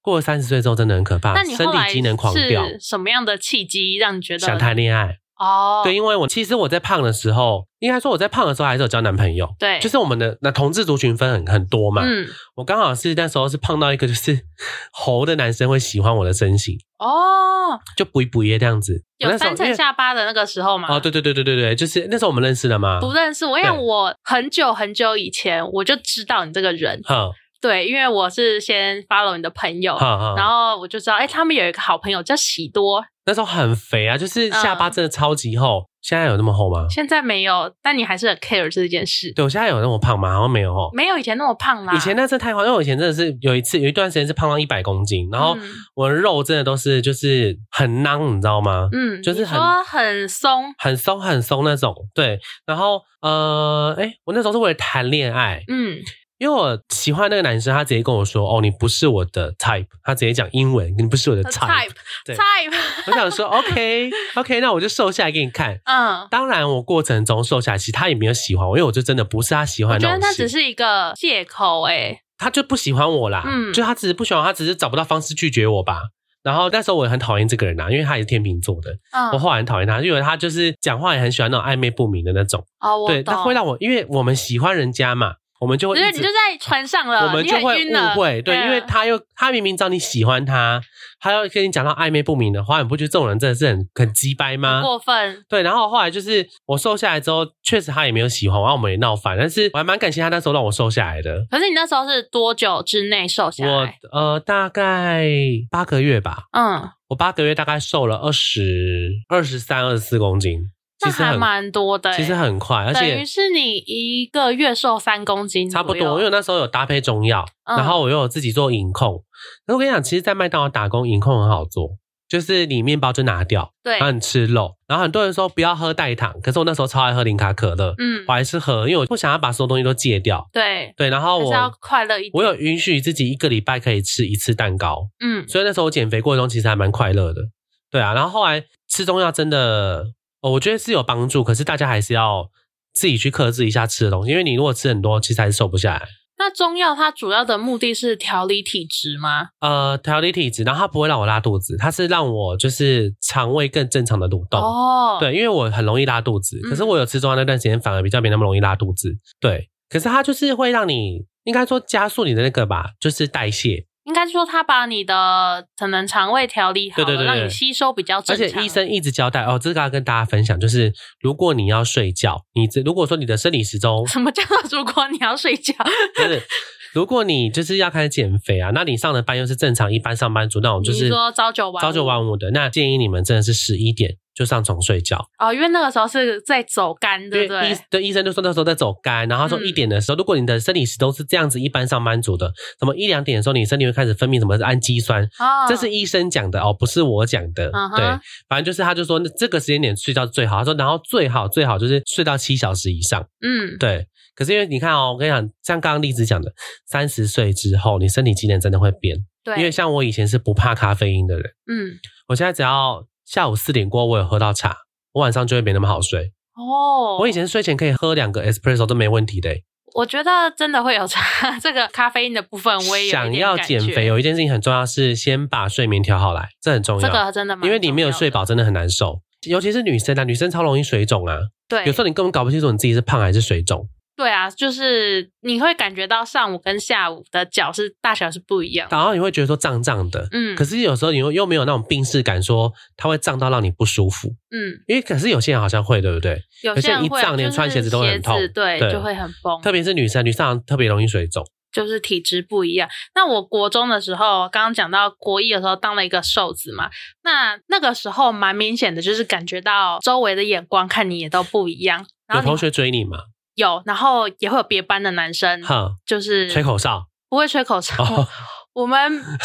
[SPEAKER 2] 过了三十岁之后真的很可怕
[SPEAKER 1] 那，你
[SPEAKER 2] 身
[SPEAKER 1] 后来
[SPEAKER 2] 体机能狂掉。
[SPEAKER 1] 是什么样的契机让你觉得
[SPEAKER 2] 想谈恋爱，
[SPEAKER 1] 哦？
[SPEAKER 2] 对，因为我其实我在胖的时候，应该说我在胖的时候还是有交男朋友，
[SPEAKER 1] 对，
[SPEAKER 2] 就是我们的那同志族群分很很多嘛，
[SPEAKER 1] 嗯
[SPEAKER 2] 我刚好是那时候是碰到一个就是 猴的男生会喜欢我的身形，
[SPEAKER 1] 哦，
[SPEAKER 2] 就补一补耶这样子。我
[SPEAKER 1] 有
[SPEAKER 2] 那时
[SPEAKER 1] 翻
[SPEAKER 2] 候因
[SPEAKER 1] 成
[SPEAKER 2] 为
[SPEAKER 1] 下巴的那个时候吗？
[SPEAKER 2] 哦，对对对对对对，就是那时候我们认识了嘛。
[SPEAKER 1] 不认识我，因为
[SPEAKER 2] 对
[SPEAKER 1] 我很久很久以前我就知道你这个人，
[SPEAKER 2] 哼
[SPEAKER 1] 对，因为我是先 follow 你的朋友，
[SPEAKER 2] 哼哼
[SPEAKER 1] 然后我就知道，哎、他们有一个好朋友叫喜多，
[SPEAKER 2] 那时候很肥啊，就是下巴
[SPEAKER 1] 嗯
[SPEAKER 2] 真的超级厚。现在有那么厚吗？
[SPEAKER 1] 现在没有，但你还是很 care 这件事，
[SPEAKER 2] 对我现在有那么胖吗？好像没有哦。
[SPEAKER 1] 没有以前那么胖啦。
[SPEAKER 2] 以前那真的太胖，因为我以前真的是有一次有一段时间是胖到一百公斤，然后
[SPEAKER 1] 嗯
[SPEAKER 2] 我的肉真的都是就是很囊，你知道吗？
[SPEAKER 1] 嗯，
[SPEAKER 2] 就是
[SPEAKER 1] 你
[SPEAKER 2] 很
[SPEAKER 1] 说很松，
[SPEAKER 2] 很松很松那种。对，然后呃，哎，我那时候是为了谈恋爱，
[SPEAKER 1] 嗯
[SPEAKER 2] 因为我喜欢那个男生，他直接跟我说：“哦，你不是我的 type。”他直接讲英文，你不是我的 type。
[SPEAKER 1] type
[SPEAKER 2] 对
[SPEAKER 1] type，
[SPEAKER 2] 我想说，OK OK，那我就瘦下来给你看。
[SPEAKER 1] 嗯，
[SPEAKER 2] 当然，我过程中瘦下来，其实他也没有喜欢我，因为我就真的不是他喜
[SPEAKER 1] 我
[SPEAKER 2] 欢的
[SPEAKER 1] 觉
[SPEAKER 2] 那
[SPEAKER 1] 得
[SPEAKER 2] 种
[SPEAKER 1] 他
[SPEAKER 2] 型
[SPEAKER 1] 只是一个借口、哎，
[SPEAKER 2] 他就不喜欢我啦。
[SPEAKER 1] 嗯
[SPEAKER 2] 就他只是不喜欢我，他只是找不到方式拒绝我吧。然后那时候我也很讨厌这个人啊，因为他也是天秤座的，
[SPEAKER 1] 嗯，
[SPEAKER 2] 我后来很讨厌他，因为他就是讲话也很喜欢那种暧昧不明的那种。
[SPEAKER 1] 哦，我
[SPEAKER 2] 对，
[SPEAKER 1] 懂
[SPEAKER 2] 那会让我，因为我们喜欢人家嘛，我们就会
[SPEAKER 1] 就是
[SPEAKER 2] 一
[SPEAKER 1] 你
[SPEAKER 2] 直
[SPEAKER 1] 就在船上了，
[SPEAKER 2] 我们
[SPEAKER 1] 你
[SPEAKER 2] 就
[SPEAKER 1] 很
[SPEAKER 2] 会
[SPEAKER 1] 晕了
[SPEAKER 2] 误会，对，因为
[SPEAKER 1] 嗯
[SPEAKER 2] 他又他明明知道你喜欢他，他要跟你讲到暧昧不明的话，你不觉得这种人真的是很很鸡掰吗
[SPEAKER 1] 很？过分，
[SPEAKER 2] 对，然后后来就是我瘦下来之后，确实他也没有喜欢我，然后我们也闹翻，但是我还蛮感谢他那时候让我瘦下来的。
[SPEAKER 1] 可是你那时候是多久之内瘦下
[SPEAKER 2] 我
[SPEAKER 1] 来？
[SPEAKER 2] 呃大概八个月吧，
[SPEAKER 1] 嗯，
[SPEAKER 2] 我八个月大概瘦了二十二十三、二十四公斤，
[SPEAKER 1] 那
[SPEAKER 2] 其实
[SPEAKER 1] 还
[SPEAKER 2] 很
[SPEAKER 1] 蛮多的欸、
[SPEAKER 2] 其实很快，而
[SPEAKER 1] 等于
[SPEAKER 2] 且
[SPEAKER 1] 是你一个月瘦三公斤
[SPEAKER 2] 差不
[SPEAKER 1] 左右
[SPEAKER 2] 多，因为那时候有搭配中药，
[SPEAKER 1] 嗯
[SPEAKER 2] 然后我又有自己做饮控。可是我跟你讲，其实，在麦当劳打工饮控很好做，就是你面包就拿掉，
[SPEAKER 1] 对
[SPEAKER 2] 然，后你吃肉。然后很多人说不要喝代糖，可是我那时候超爱喝零卡可乐，
[SPEAKER 1] 嗯
[SPEAKER 2] 我，还是喝，因为我不想要把所有东西都戒掉。
[SPEAKER 1] 对，
[SPEAKER 2] 对，然后
[SPEAKER 1] 还是要
[SPEAKER 2] 我
[SPEAKER 1] 快乐一点。
[SPEAKER 2] 我有允许自己一个礼拜可以吃一次蛋糕，
[SPEAKER 1] 嗯，
[SPEAKER 2] 所以那时候我减肥过程中其实还蛮快乐的。对啊，然后后来吃中药真的，哦我觉得是有帮助，可是大家还是要自己去克制一下吃的东西，因为你如果吃很多，其实还是瘦不下来。
[SPEAKER 1] 那中药它主要的目的是调理体质吗？
[SPEAKER 2] 呃，调理体质，然后它不会让我拉肚子，它是让我就是肠胃更正常的蠕动。
[SPEAKER 1] 哦，，
[SPEAKER 2] 对，因为我很容易拉肚子，
[SPEAKER 1] 嗯
[SPEAKER 2] 可是我有吃中药那段时间反而比较没那么容易拉肚子。对，可是它就是会让你，应该说加速你的那个吧，就是代谢。
[SPEAKER 1] 应该说它把你的可能肠胃调理好了，
[SPEAKER 2] 对对对对
[SPEAKER 1] 让你吸收比较
[SPEAKER 2] 而
[SPEAKER 1] 正
[SPEAKER 2] 且
[SPEAKER 1] 常。
[SPEAKER 2] 医生一直交代哦，这个要跟大家分享，就是如果你要睡觉，你这如果说你的生理时钟
[SPEAKER 1] 什么叫做如果你要睡觉，
[SPEAKER 2] 就是，如果你就是要开始减肥啊，那你上的班又是正常一般上班族那种，就
[SPEAKER 1] 你
[SPEAKER 2] 是
[SPEAKER 1] 说朝九晚五
[SPEAKER 2] 朝九晚五的，那建议你们真的是十一点就上床睡觉。
[SPEAKER 1] 哦，因为那个时候是在走肝，对
[SPEAKER 2] 因
[SPEAKER 1] 不
[SPEAKER 2] 为医
[SPEAKER 1] 对？
[SPEAKER 2] 对医生就说那时候在走肝，然后他说
[SPEAKER 1] 嗯
[SPEAKER 2] 一点的时候，如果你的生理时钟是这样子，一般上班族的，什么一两点的时候，你身体会开始分泌什么氨基酸，
[SPEAKER 1] 哦，
[SPEAKER 2] 这是医生讲的哦，不是我讲的。
[SPEAKER 1] 嗯哼
[SPEAKER 2] 对，反正就是他就说那这个时间点睡觉最好，他说然后最好最好就是睡到七小时以上。
[SPEAKER 1] 嗯，
[SPEAKER 2] 对，可是因为你看哦，我跟你讲，像刚刚栗子讲的，三十岁之后你身体机能真的会变，
[SPEAKER 1] 对，
[SPEAKER 2] 因为像我以前是不怕咖啡因的人，
[SPEAKER 1] 嗯，
[SPEAKER 2] 我现在只要下午四点过后我有喝到茶，我晚上就会没那么好睡。
[SPEAKER 1] 哦，
[SPEAKER 2] 我以前睡前可以喝两个 espresso 都没问题的欸、
[SPEAKER 1] 我觉得真的会有 差，这个咖啡因的部分嗯我也有一
[SPEAKER 2] 想
[SPEAKER 1] 点
[SPEAKER 2] 要
[SPEAKER 1] 感
[SPEAKER 2] 减
[SPEAKER 1] 觉
[SPEAKER 2] 肥，有一件事情很重要，是先把睡眠调好来，这很重要。
[SPEAKER 1] 这个真的蛮重要的，
[SPEAKER 2] 因为你没有睡饱，真的很难受。尤其是女生啊，女生超容易水肿啊。
[SPEAKER 1] 对，
[SPEAKER 2] 有时候你根本搞不清楚你自己是胖还是水肿。
[SPEAKER 1] 对啊，就是你会感觉到上午跟下午的脚是大小是不一样的。
[SPEAKER 2] 然后你会觉得说胀胀的，
[SPEAKER 1] 嗯，
[SPEAKER 2] 可
[SPEAKER 1] 是
[SPEAKER 2] 是有时候你又又没有那种病视感，说它会胀到让你不舒服。
[SPEAKER 1] 嗯，
[SPEAKER 2] 因为可是有些人好像会，对不对？
[SPEAKER 1] 有些人
[SPEAKER 2] 有些人
[SPEAKER 1] 会啊
[SPEAKER 2] 一胀连
[SPEAKER 1] 就是
[SPEAKER 2] 穿鞋子都会很痛
[SPEAKER 1] 鞋子对，
[SPEAKER 2] 对
[SPEAKER 1] 就会很崩，
[SPEAKER 2] 特别是女生，女生好像特别容易水肿。
[SPEAKER 1] 就是体质不一样。那我国中的时候，刚刚讲到国一的时候当了一个瘦子嘛，那那个时候蛮明显的，就是感觉到周围的眼光看你也都不一样。然后
[SPEAKER 2] 有
[SPEAKER 1] 你
[SPEAKER 2] 同学追你嘛？
[SPEAKER 1] 有，然后也会有别班的男生，
[SPEAKER 2] 哈，
[SPEAKER 1] 就是
[SPEAKER 2] 吹口哨。
[SPEAKER 1] 不会吹口哨。
[SPEAKER 2] 哦
[SPEAKER 1] 我们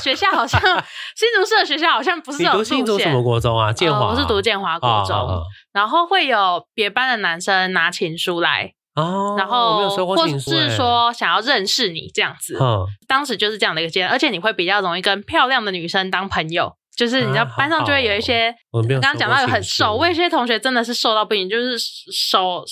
[SPEAKER 1] 学校好 像新竹市的学校好像不是
[SPEAKER 2] 你
[SPEAKER 1] 有
[SPEAKER 2] 读新
[SPEAKER 1] 路
[SPEAKER 2] 竹
[SPEAKER 1] 线
[SPEAKER 2] 什么国中啊？建华啊、
[SPEAKER 1] 呃我是读建华国中，
[SPEAKER 2] 啊啊
[SPEAKER 1] 然后会有别班的男生拿情书来，
[SPEAKER 2] 哦，
[SPEAKER 1] 然
[SPEAKER 2] 我
[SPEAKER 1] 后
[SPEAKER 2] 没有收过
[SPEAKER 1] 或
[SPEAKER 2] 情书
[SPEAKER 1] 是
[SPEAKER 2] 欸，
[SPEAKER 1] 说想要认识你这样子。
[SPEAKER 2] 嗯，
[SPEAKER 1] 当时就是这样的一个阶段，而且你会比较容易跟漂亮的女生当朋友，就是你知道
[SPEAKER 2] 啊
[SPEAKER 1] 班上就会有一些，
[SPEAKER 2] 我没有
[SPEAKER 1] 刚刚讲到有很瘦，我
[SPEAKER 2] 味，
[SPEAKER 1] 有一些同学真的是瘦到不行，就是手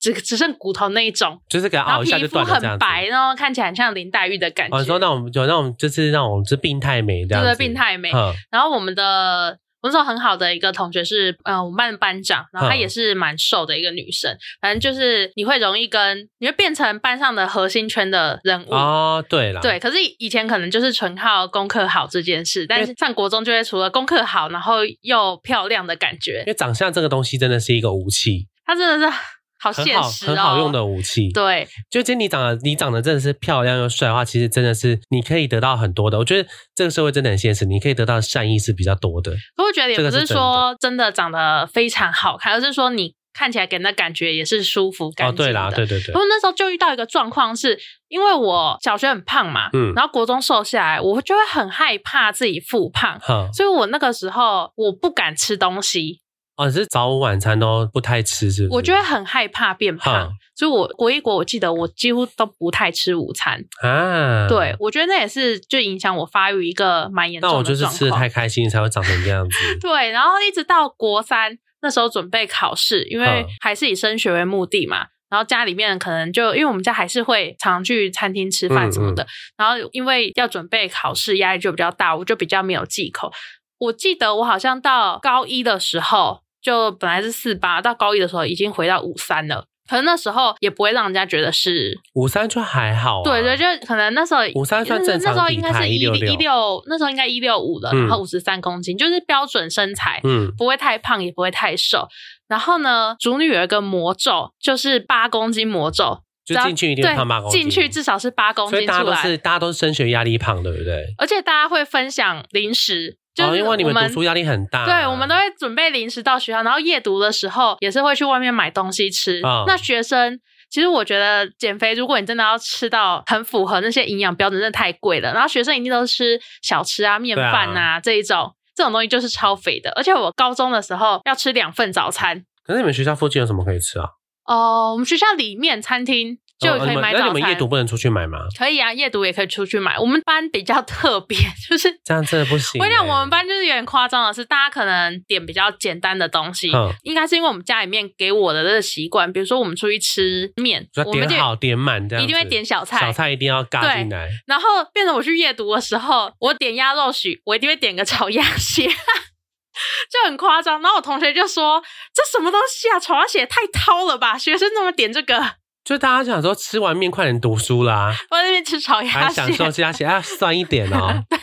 [SPEAKER 1] 只只剩骨头那一种，
[SPEAKER 2] 就是给它
[SPEAKER 1] 然后
[SPEAKER 2] 啊哦熬一
[SPEAKER 1] 皮
[SPEAKER 2] 下就
[SPEAKER 1] 肤
[SPEAKER 2] 断了这样
[SPEAKER 1] 很
[SPEAKER 2] 子。
[SPEAKER 1] 白，然后看起来很像林黛玉的感觉，
[SPEAKER 2] 哦，你说那种有那种就是那种就是病态美这
[SPEAKER 1] 对
[SPEAKER 2] 样
[SPEAKER 1] 不
[SPEAKER 2] 子，
[SPEAKER 1] 对？病态美，
[SPEAKER 2] 嗯，
[SPEAKER 1] 然后我们的我那时候很好的一个同学是，呃，我们班的班长，然后她
[SPEAKER 2] 嗯
[SPEAKER 1] 也是蛮瘦的一个女生。反正就是你会容易跟，你会变成班上的核心圈的人物。
[SPEAKER 2] 哦，对啦，
[SPEAKER 1] 对，可是以前可能就是纯靠功课好这件事，但
[SPEAKER 2] 因
[SPEAKER 1] 是上国中就会除了功课好，然后又漂亮的感
[SPEAKER 2] 因
[SPEAKER 1] 觉，
[SPEAKER 2] 为长相这个东西真的是一个武器，
[SPEAKER 1] 她真的是好
[SPEAKER 2] 很
[SPEAKER 1] 现
[SPEAKER 2] 好
[SPEAKER 1] 实哦，
[SPEAKER 2] 很好用的武器。，
[SPEAKER 1] 对，
[SPEAKER 2] 就今天你长得你长得真的是漂亮又帅的话，其实真的是你可以得到很多的。我觉得这个社会真的很现实，你可以得到的善意是比较多的。哦
[SPEAKER 1] 可我觉得也
[SPEAKER 2] 这
[SPEAKER 1] 不
[SPEAKER 2] 个是
[SPEAKER 1] 是说真的长得非常好看，而是说你看起来给人的感觉也是舒服干
[SPEAKER 2] 哦，
[SPEAKER 1] 净的。
[SPEAKER 2] 对啦，对对对
[SPEAKER 1] 不，过那时候就遇到一个状况是，因为我小学很胖嘛，
[SPEAKER 2] 嗯
[SPEAKER 1] 然后国中瘦下来，我就会很害怕自己复胖，
[SPEAKER 2] 哈，
[SPEAKER 1] 所以我那个时候我不敢吃东西，
[SPEAKER 2] 哦，你是早午晚餐都不太吃，是不是？
[SPEAKER 1] 我就会很害怕变胖
[SPEAKER 2] 哼，
[SPEAKER 1] 所以我国一国我记得我几乎都不太吃午餐，
[SPEAKER 2] 啊，
[SPEAKER 1] 对。我觉得那也是就影响我发育一个蛮严重
[SPEAKER 2] 那
[SPEAKER 1] 的
[SPEAKER 2] 我
[SPEAKER 1] 状
[SPEAKER 2] 就
[SPEAKER 1] 况。
[SPEAKER 2] 是吃的太开心才会长成这样子。
[SPEAKER 1] 对，然后一直到国三那时候准备考试，因为
[SPEAKER 2] 嗯
[SPEAKER 1] 还是以升学为目的嘛。然后家里面可能就因为我们家还是会常去餐厅吃饭什么
[SPEAKER 2] 嗯
[SPEAKER 1] 的，然后因为要准备考试，压力就比较大，我就比较没有忌口。我记得我好像到高一的时候，就本来是四八，到高一的时候已经回到五三了。可能那时候也不会让人家觉得是，
[SPEAKER 2] 午餐就还好、啊，
[SPEAKER 1] 对对，就可能那时候
[SPEAKER 2] 午餐算正
[SPEAKER 1] 那
[SPEAKER 2] 常
[SPEAKER 1] 时候应该是
[SPEAKER 2] 体
[SPEAKER 1] 一
[SPEAKER 2] 态166
[SPEAKER 1] 一六，那时候应该一六五了，
[SPEAKER 2] 嗯
[SPEAKER 1] 然后五十三公斤，就是标准身材。
[SPEAKER 2] 嗯，
[SPEAKER 1] 不会太胖，也不会太瘦。然后呢，主女有一个魔咒，就是八公斤魔咒，只
[SPEAKER 2] 就
[SPEAKER 1] 要
[SPEAKER 2] 进去一定会胖八公斤，
[SPEAKER 1] 对进去至少是八公
[SPEAKER 2] 所
[SPEAKER 1] 斤
[SPEAKER 2] 以大家
[SPEAKER 1] 出
[SPEAKER 2] 都
[SPEAKER 1] 来
[SPEAKER 2] 是，大家都是升学压力胖，对不对？
[SPEAKER 1] 而且大家会分享零食，就是、
[SPEAKER 2] 哦，因为你
[SPEAKER 1] 我
[SPEAKER 2] 们
[SPEAKER 1] 们
[SPEAKER 2] 读书压力很大、啊
[SPEAKER 1] 对，我们都会准备零食到学校，然后夜读的时候也是会去外面买东西吃。
[SPEAKER 2] 嗯
[SPEAKER 1] 那学生其实我觉得减肥，如果你真的要吃到很符合那些营养标准，真的太贵了。然后学生一定都吃小吃啊、面饭啊这一种。这种东西就是超肥的。而且我高中的时候要吃两份早餐
[SPEAKER 2] 可是你们学校附近有什么可以吃啊？
[SPEAKER 1] 哦，我们学校里面餐厅就
[SPEAKER 2] 哦
[SPEAKER 1] 可以
[SPEAKER 2] 你们
[SPEAKER 1] 买
[SPEAKER 2] 那
[SPEAKER 1] 早
[SPEAKER 2] 你们夜
[SPEAKER 1] 餐。
[SPEAKER 2] 读不能出去买吗？
[SPEAKER 1] 可以啊，夜读也可以出去买。我们班比较特别， 就是
[SPEAKER 2] 这样真的不行、
[SPEAKER 1] 我
[SPEAKER 2] 欸。
[SPEAKER 1] 想我们班就是有点夸张的啊是，大家可能点比较简单的东西，
[SPEAKER 2] 嗯
[SPEAKER 1] 应该是因为我们家里面给我的这个习惯，比如说我们出去吃面，
[SPEAKER 2] 就要
[SPEAKER 1] 我们就
[SPEAKER 2] 点好点满这样子，
[SPEAKER 1] 一定会点小菜
[SPEAKER 2] 小菜一定要尬进来。
[SPEAKER 1] 然后变成我去阅读的时候，我点鸭肉许，我一定会点个炒鸭血， 就很夸张。然后我同学就说：“这什么东西啊，炒鸭血太掏了吧，学生怎么点这个？”
[SPEAKER 2] 就大家想说吃完面快点读 书啦，
[SPEAKER 1] 我在那边吃炒鸭
[SPEAKER 2] 还
[SPEAKER 1] 血
[SPEAKER 2] 享，受其他写 啊酸一点哦，
[SPEAKER 1] 对，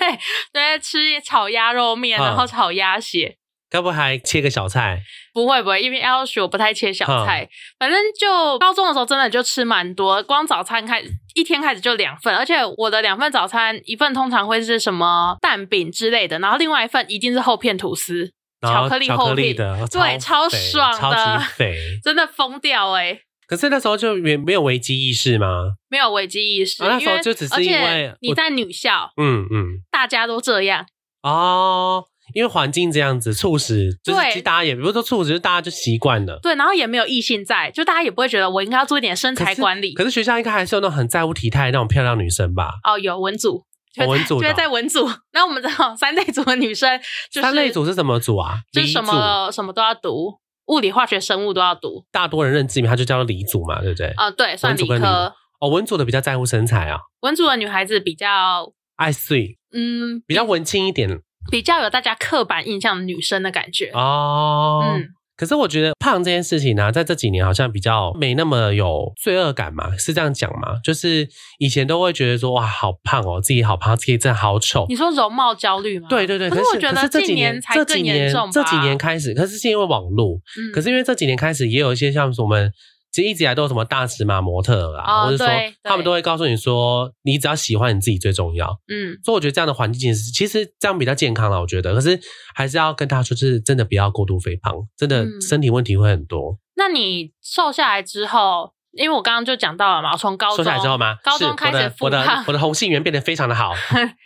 [SPEAKER 1] 对，吃炒鸭肉面，
[SPEAKER 2] 嗯
[SPEAKER 1] 然后炒鸭血。
[SPEAKER 2] 该不会还切个小菜？
[SPEAKER 1] 不会不会，因为鸭肉许我不太切小
[SPEAKER 2] 嗯
[SPEAKER 1] 菜，反正就高中的时候真的就吃蛮多，光早餐开一天开始就两份，而且我的两份早餐一份通常会是什么蛋饼之类的，然后另外一份一定是厚片吐司。
[SPEAKER 2] 然
[SPEAKER 1] 巧
[SPEAKER 2] 后
[SPEAKER 1] 克力
[SPEAKER 2] 巧
[SPEAKER 1] 厚
[SPEAKER 2] 克
[SPEAKER 1] 片
[SPEAKER 2] 力的，
[SPEAKER 1] 对超
[SPEAKER 2] 肥
[SPEAKER 1] 爽
[SPEAKER 2] 超级
[SPEAKER 1] 的
[SPEAKER 2] 肥。
[SPEAKER 1] 真的疯掉哎、
[SPEAKER 2] 可是那时候就没没有危机意识吗？
[SPEAKER 1] 没有危机意识，
[SPEAKER 2] 啊那时候
[SPEAKER 1] 因为
[SPEAKER 2] 就只是
[SPEAKER 1] 而且
[SPEAKER 2] 因为
[SPEAKER 1] 你
[SPEAKER 2] 我
[SPEAKER 1] 在女校，
[SPEAKER 2] 嗯嗯，
[SPEAKER 1] 大家都这样，
[SPEAKER 2] 哦，因为环境这样子促使，就是
[SPEAKER 1] 对
[SPEAKER 2] 其实大家也不是说促使，就是大家就习惯了。
[SPEAKER 1] 对，然后也没有异性在，就大家也不会觉得我应该要做一点身材管理
[SPEAKER 2] 可是学校应该还是有那种很在乎体态的那种漂亮女生吧？
[SPEAKER 1] 哦。有文组，
[SPEAKER 2] 哦文组
[SPEAKER 1] 就
[SPEAKER 2] 的
[SPEAKER 1] 会
[SPEAKER 2] 哦
[SPEAKER 1] 在文组，然后我们这种三类组的女 生，就是
[SPEAKER 2] 三类组是什么组啊？
[SPEAKER 1] 就
[SPEAKER 2] 理
[SPEAKER 1] 是
[SPEAKER 2] 组
[SPEAKER 1] 什，么什么都要读，物理、化学、生物都要读，
[SPEAKER 2] 大多人认知里面它就叫做理组嘛，对不对？
[SPEAKER 1] 啊、对，算
[SPEAKER 2] 文组
[SPEAKER 1] 理
[SPEAKER 2] 跟理
[SPEAKER 1] 科。
[SPEAKER 2] 哦，文组的比较在乎身材啊，
[SPEAKER 1] 文组的女孩子比较，
[SPEAKER 2] 爱睡，
[SPEAKER 1] 嗯，
[SPEAKER 2] 比较文青一点
[SPEAKER 1] 比较有大家刻板印象的女生的感觉，
[SPEAKER 2] 哦。
[SPEAKER 1] 嗯，
[SPEAKER 2] 可是我觉得胖这件事情呢、在这几年好像比较没那么有罪恶感嘛，是这样讲吗？就是以前都会觉得说哇，好胖哦，自己好胖，自己真的好丑。
[SPEAKER 1] 你说容貌焦虑吗？
[SPEAKER 2] 对对对，
[SPEAKER 1] 嗯可
[SPEAKER 2] 可
[SPEAKER 1] 是我觉
[SPEAKER 2] 可
[SPEAKER 1] 得
[SPEAKER 2] 是这
[SPEAKER 1] 近
[SPEAKER 2] 几
[SPEAKER 1] 年
[SPEAKER 2] 年
[SPEAKER 1] 才
[SPEAKER 2] 这
[SPEAKER 1] 更
[SPEAKER 2] 几
[SPEAKER 1] 严
[SPEAKER 2] 年
[SPEAKER 1] 重吧，
[SPEAKER 2] 这几年开始，可是是因为网络，
[SPEAKER 1] 嗯，
[SPEAKER 2] 可是因为这几年开始也有一些像什么。其实一直以来都有什么大尺码模特啊，
[SPEAKER 1] 哦
[SPEAKER 2] 或者说
[SPEAKER 1] 对
[SPEAKER 2] 他们
[SPEAKER 1] 对
[SPEAKER 2] 都会告诉你说，你只要喜欢你自己最重要。
[SPEAKER 1] 嗯。
[SPEAKER 2] 所以我觉得这样的环境其实其实这样比较健康了，我觉得。可是还是要跟大家说，就是真的不要过度肥胖，真的
[SPEAKER 1] 嗯
[SPEAKER 2] 身体问题会很多。
[SPEAKER 1] 那你瘦下来之后，因为我刚刚就讲到了嘛，我从高中
[SPEAKER 2] 瘦下来之后吗？
[SPEAKER 1] 高
[SPEAKER 2] 是
[SPEAKER 1] 中开始复
[SPEAKER 2] 我的我的
[SPEAKER 1] 胖
[SPEAKER 2] 我，的同性缘变得非常的好，